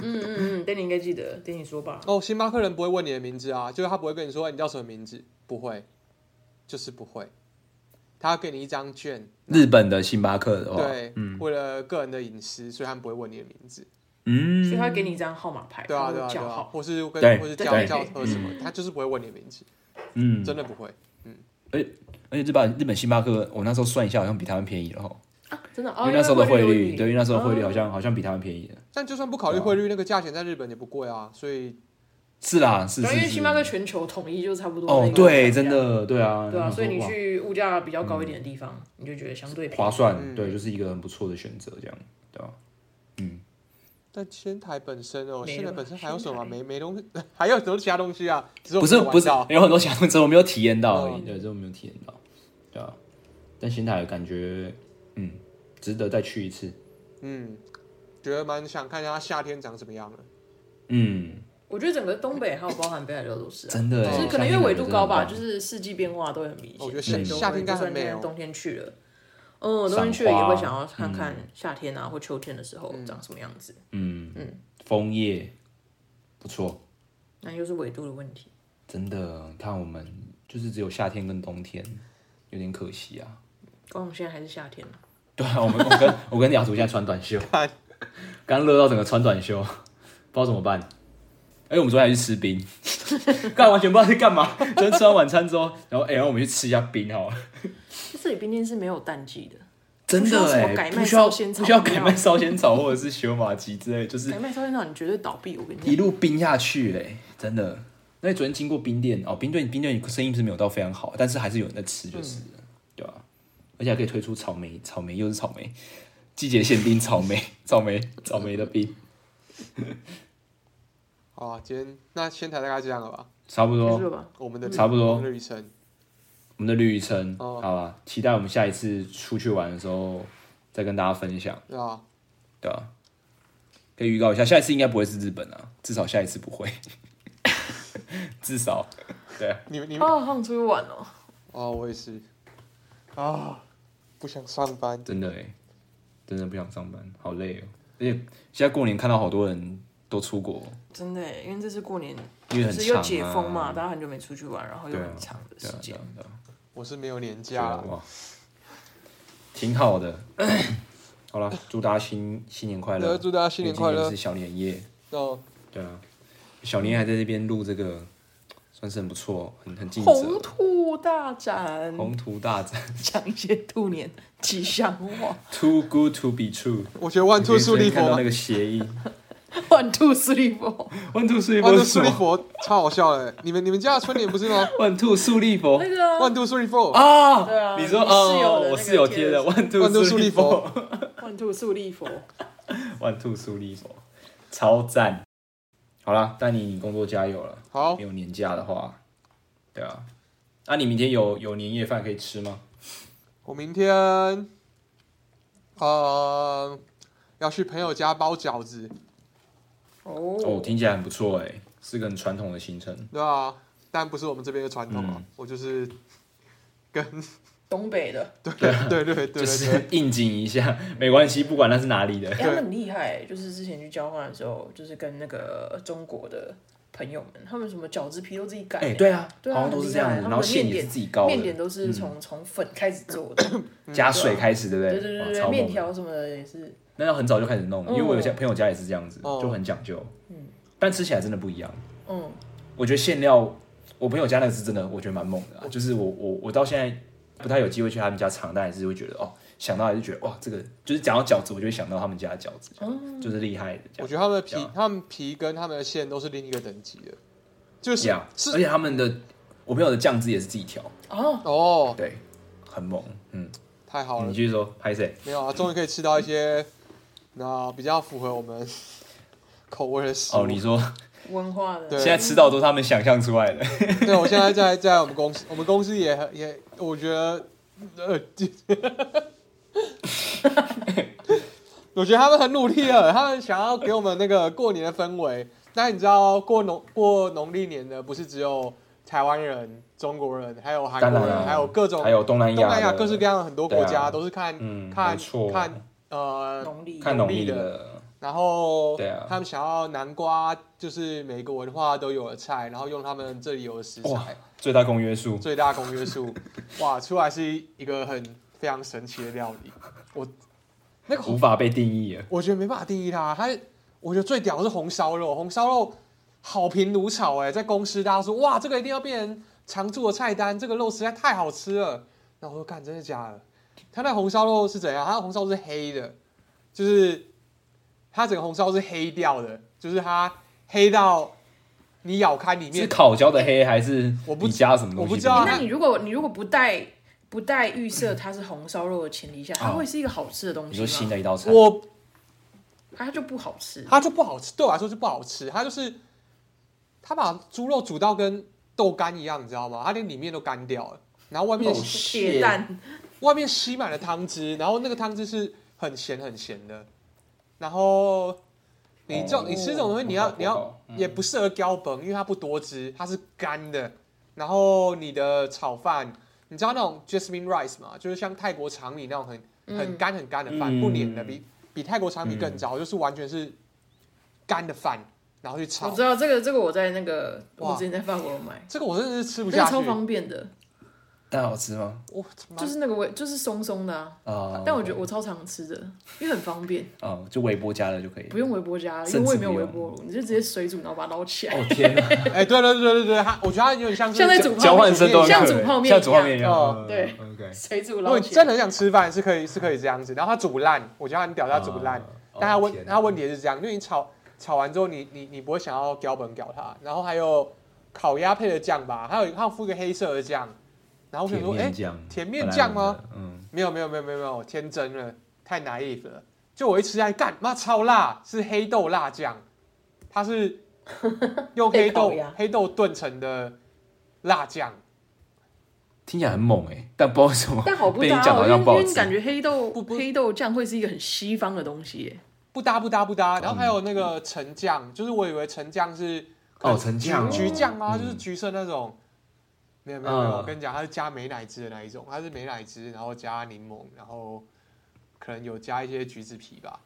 嗯嗯嗯，Danny 应该记得，Danny 说吧。
哦，星巴克人不会问你的名字啊，就是他不会跟你说哎你叫什么名字，不会，就是不会。他要给你一张券，
日本的星巴克的话，
对，为了个人的隐私，所以他们不会问你的名字。
嗯，
所以他给你一张号码牌，
对啊，对啊，
然后
对
叫
啊，
号。
或是
对
跟或是
对
叫
对
叫喝什么，他就是不会问你的名字，
嗯，
真的不会。
而且日本日本星巴克，我那时候算一下，好像比他们便宜了哈，
啊真的
因
哦，
为那时候的汇
汇
率，对，因为那时候的汇率
哦
好像好像比他们便宜了。
但就算不考虑汇率，那个价钱在日本也不贵啊，所以
是啦，是
对啊因
是
为
是
星。巴克全球统一就差不多那
哦
个，
对，
价
真的，对啊，
对啊，
然后
所以你
哇
去物价比较高一点的地方，你就觉得相对便宜
划算，
嗯
对，就是一个很不错的选择，这样，对吧？
但仙台本身哦，
没
仙
了
台本身
仙
还有什么啊
台
没没东西， 还有很多其他东西啊，只
不
我
是
们没有
不是
玩到，
有很多想象，只是我没有体验到而已，
嗯
对，只是我没有体验到，对啊。但仙台感觉，嗯，值得再去一次，
嗯，觉得蛮想看一下它夏天长什么样的。
嗯，
我觉得整个东北还有包含北海道都是、啊，
真的欸，
对
就是可能因为纬度高吧，
夏
就
天
是四季变化都很明显。
我觉得夏
所以都会
夏天应该很
就算现在
美哦
冬天去了，
赏
嗯，
花
冬天去了也会想要看看夏天啊、或秋天的时候长什么样子。
嗯嗯，枫叶不错，
那又是纬度的问题。
真的，看我们就是只有夏天跟冬天，有点可惜啊。
光我现在还是夏天啊
对啊，我们我跟 我跟雅图现在穿短袖，刚热到整个穿短袖，不知道怎么办。哎、我们昨天还去吃 冰，干完全不知道在干嘛。昨天吃完晚餐之后，然后哎、然后我们去吃一下冰好了。
这里冰店是没有淡季的，
真的哎、
不
不
需
需
要
要
什么改卖烧仙草
不需要改卖烧仙草或者是修马鸡之类，就是
改卖烧仙草你绝对倒闭，我跟你
嗯一
讲。
路冰下去嘞、真的。那你昨天经过冰店哦，冰店冰店生意不是没有到非常好，但是还是有人在吃，就是、
嗯
了，对吧、啊而且还可以推出草莓，草莓又是草莓，季节限定草莓，草莓草莓的冰，
好啊，今天那仙台大概这样了吧？
差不
结
多
束了。吧？
我们的旅
差不多
我们的旅程，
我们的旅程，
哦
好吧，期待我们下一次出去玩的时候再跟大家分享，
对吧？
对吧、可以预告一下，下一次应该不会是日本啊，至少下一次不会， 至少，对啊，
你们你们
哦，好想出去玩哦。
哦，我也是啊，不想上班，
真的哎，真的不想上班，好累哦。而且现在过年看到好多人都出国，
真的耶，因为这次过年
因为
就
很
是
长、
又
啊、
解封嘛，大家很久没出去玩，然后又
对啊
很长的
对
时
啊，对
间
啊，，对啊
我是没有年
对
假
啊
了，
哇，挺好的。 好了，祝大家新新年快乐
对！祝大家新年快
因为今
乐
是小年夜，
哦，
嗯对啊，小年还在这边录这个什算是很不错，很很尽
红
责。
兔大展，
宏图大展
讲一些兔年吉祥 话。
，Too good to be true。
我觉得万兔树立
看到
佛
那，个谐 音
One two three four，
，One Two 树立
万
佛
兔
是
树
什
立
么
佛超好笑的。你们你们家的春联不是 吗？
？One Two 树立佛
那个啊
万兔树立佛，
啊
对啊
你说
你室友的那
哦，
个
我室友贴的
贴
One
万兔
Two
树
树
立
立
佛
佛。
，One two 树立佛。
，One Two 树立佛，超赞。好啦，但你工作加油了。
好
没，有年假的话，对啊，那、你明天有有年夜饭可以吃吗？
我明天呃要去朋友家包饺子，
哦，
哦，
听起来很不错哎，是个很传统的行程。
对吧？但不是我们这边的传统啊
嗯，
我就是跟
东北的，
对对对对
啊就
对对
是应景一下，没关系，不管那是哪里 的
哎，。他们很厉害，就是之前去交换的时候，就是跟那个中国的朋友们，他们什么饺子皮都自己擀。
哎、对啊，
对啊
好像都是这样
很厉
子，
害
然后馅也是自己高
面点
的，
都是从从粉开始做的，
嗯
加
啊
水开始，对不
对
对？
对
哇
对对，
超
面
猛的。
条什么的也是。
那要很早就开始弄，因为我有些
哦
朋友家也是这样子，
嗯哦嗯
就很讲究。但吃起来真的不一样。
嗯，
我觉得馅料，我朋友家那个是真的，我觉得蛮猛的、啊。就是我我我到现在不太有机会去他们家尝，但还是会觉得哦，想到还是觉得哇，这个就是讲到饺子，我就会想到他们家的饺子，
哦
就是厉害的这
我
样。
觉得他们的皮
对啊、
他们皮跟他们的馅都是另一个等级的，就是
呀而
是
且他们的我朋友的酱汁也是自己调，
哦，
哦，
对，很猛。嗯，
太好了
你，继续说，拍谁？
没有啊，终于可以吃到一些那比较符合我们口味的食物。
哦，你说
文化的。
对
现在吃到都是他们想象出来的，
对我现在在在我们公司，我们公司也很也，我觉得呃，我觉得他们很努力了，他们想要给我们那个过年的氛围。但你知道过农过农历年的不是只有台湾人、中国人，还有韩国
当然
人，
啊
还有各种
还有东南亚的，
东南亚各式各样的很多国
对
家
啊
都是看、
嗯
看
没错
看呃，
农历
看农历
农历
的，
然后
对啊
他们想要南瓜，就是每个文化都有的菜，然后用他们这里有的食
哇
材，
最大公约 数，
最大公约数，哇，出来是一个很非常神奇的料理。我那个
无法被定义了。
我觉得没办法定义它，它我觉得最屌的是红烧肉，红烧肉好评如潮哎、在公司大家说哇，这个一定要变成常驻的菜单，这个肉实在太好吃了。然后我说干，真的假的？它那红烧肉是怎样？它的红烧肉是黑的，就是它整个红烧是黑掉的，就是它黑到你咬开里
是
面，
烤焦的黑还是
我不
你加什么东西进去？
我不知道啊
那你如果你如果不带不带预设它是红烧肉的前提下，它会是一个好吃的东
哦你说
西
新
吗？
的一道菜，
我
它就不好吃。
它就不好吃，对我来说是不好吃。它就是它把猪肉煮到跟豆干一样，你知道吗？它连里面都干掉了，然后外
哦
面、
铁蛋，
外面吸满了汤汁，然后那个汤汁是很咸很咸的。然后你这种、
哦
你吃这种东西，你要
我懂
你
我
要
懂嗯
也不适合浇本，因为它不多汁，它是干的。然后你的炒饭，你知道那种 jasmine rice 吗？就是像泰国长米那种很很干很干的饭，
嗯
不黏的，比比泰国长米更
嗯
糟，就是完全是干的饭，然后去
我
炒
知。道这个这个我在那个
哇
我之前在法国买，
这个我真的是吃不
那
下
个
去，
超方便的，
但好吃吗？
我他妈
就是那个味就是松松的啊。
啊、
但我觉得我超常吃的，因为很方便，
啊、就微波加热就可以。
不用微波加，因为
甚至
我也没有
不
微
用
波炉，你就直接水煮，然后把它捞起来，
哦天哪，
哎，对对对对对，它我觉得它有点像是
像在
交
煮泡
交换生都很
像
可
煮
爱
泡面
像
一
煮泡
样
面一
哦
样。嗯
对
，OK，
水煮
哦
如果
捞
你
起
真
来。
的很想吃饭，是可以是可以这样子。然后它煮不烂，我觉得它很屌，它煮不烂。
哦
但它问
天哪
它问题是这样，因为你炒炒完之后你，你你不会想要标本搞它。然后还有烤鸭配的酱吧，还有它有附一个黑色的酱。然后我想
甜
说，哎、
面酱，
甜面酱吗
本来我们的？嗯，
没有没有没有没有没有，我天真了，太 naive 了。就我一吃下去，干妈超辣，是黑豆辣酱，它 是用黑豆
被烤鸭
黑豆炖成的辣酱，
听起来很猛哎、但不知道为什么，
但好不
被你
搭
讲
哦，
好
因为
像
因
不好
为你
吃。
感觉黑豆
不不
黑豆酱会是一个很西方的东西耶，
不搭不搭
嗯
不搭。然后还有那个橙酱，就是我以为橙酱是可能
哦，橙酱、哦，
橘酱吗？
嗯
就是橘色那种。没有没有没有，
嗯
我跟你讲，它是加美乃滋的那一种，它是美乃滋，然后加柠檬，然后可能有加一些橘子皮吧。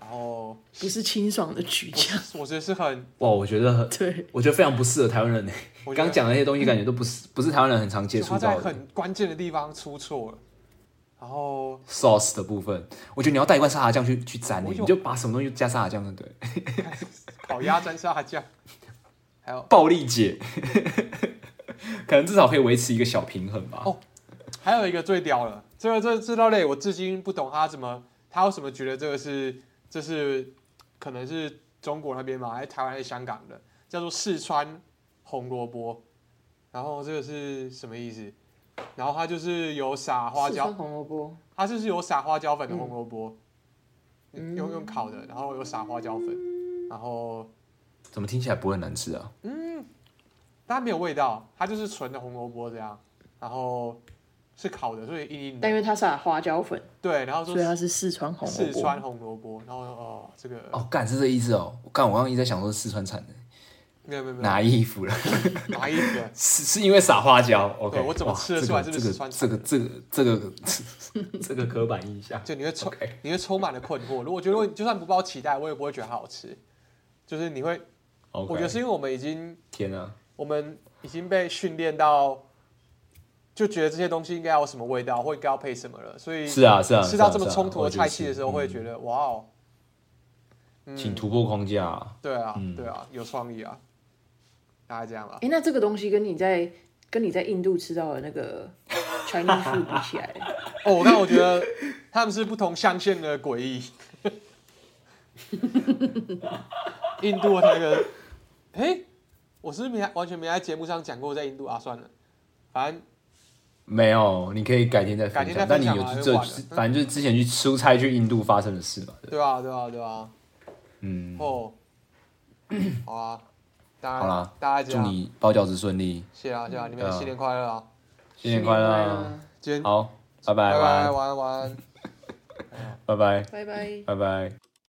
然后
不是清爽的橘酱。
我我觉得是很，
哇，我觉得很，
对，
我觉得非常不适合台湾人哎、
我觉得
刚讲的那些东西，感觉都不是不是台湾人很常接
就
触
它在
到的。
很关键的地方出错了。然后
sauce 的部分，我觉得你要带一罐沙茶酱去去沾、欸，
我有
你就把什么东西加沙茶酱就对了。
烤鸭沾沙酱，还有
暴力姐， 可能至少可以维持一个小平衡吧。
哦还有一个最屌了，这个这这道类我至今不懂他怎么，他为什么觉得这个是这是可能是中国那边嘛，还是台湾还是香港的，叫做四川红萝卜，然后这个是什么意思？然后它就是有撒花
四
椒
川，红萝卜，
它就是有撒花椒粉的红萝卜，
嗯
用用烤的，然后有撒花椒粉，然后
怎么听起来不会很难吃啊？
但它没有味道，它就是纯的红萝卜这样，然后是烤的，所以硬硬
但因
的，
为它撒花椒粉，
对，然后说
所以它是四川红萝
四
卜。
川红萝卜，然后哦，这个
哦，干是这意思哦。干，我刚刚一直在想说四川产的
没有没有没有，
拿衣服了，
哪一个？
是是因为撒花椒。OK，
对我怎么
哇
吃得出来
这
是
个这
不是
个
四川
这
产
个
的
这个这个这个 刻板印象？
就你会 充
OK
你会充满了困惑。如果觉得就算不抱期待，我也不会觉得它好吃。就是你会
o k
我觉得是因为我们已经
天啊，
我们已经被训练到，就觉得这些东西应该要有什么味道，或应该要配什么了。所以
是啊是啊，
吃
是啊
到这么
是啊
冲突
我
的
觉得嗯
菜
是嗯
系的时候，会嗯觉得哇哦，
请突破框架啊。
对啊
嗯
对啊，有创意啊，大概这样吧。
哎，那这个东西跟你在跟你在印度吃到的那个 Chinese food 比起来，
哦，我看我觉得他们是不同象限的 诡异。印度的那个，哎、我是不是没完全没在节目上讲过在印度啊，算了，反正
没有，你可以改天再分
改天
享。
再
但
分
你
享
有
嘛
这
又晚了
之，反正就是之前去出差去印度发生的事嘛。对
对吧、对吧、啊对吧、
嗯，
哦，好啊，大家
好啦
大家这
祝
样，
你包饺子顺利，
谢啦谢啦，你
对
们
啊
新年快乐啊！
新年快乐 啊！
啊，
今天
好，拜拜，
拜
晚
拜，
安
晚安晚安。
拜拜，
拜拜。
拜拜。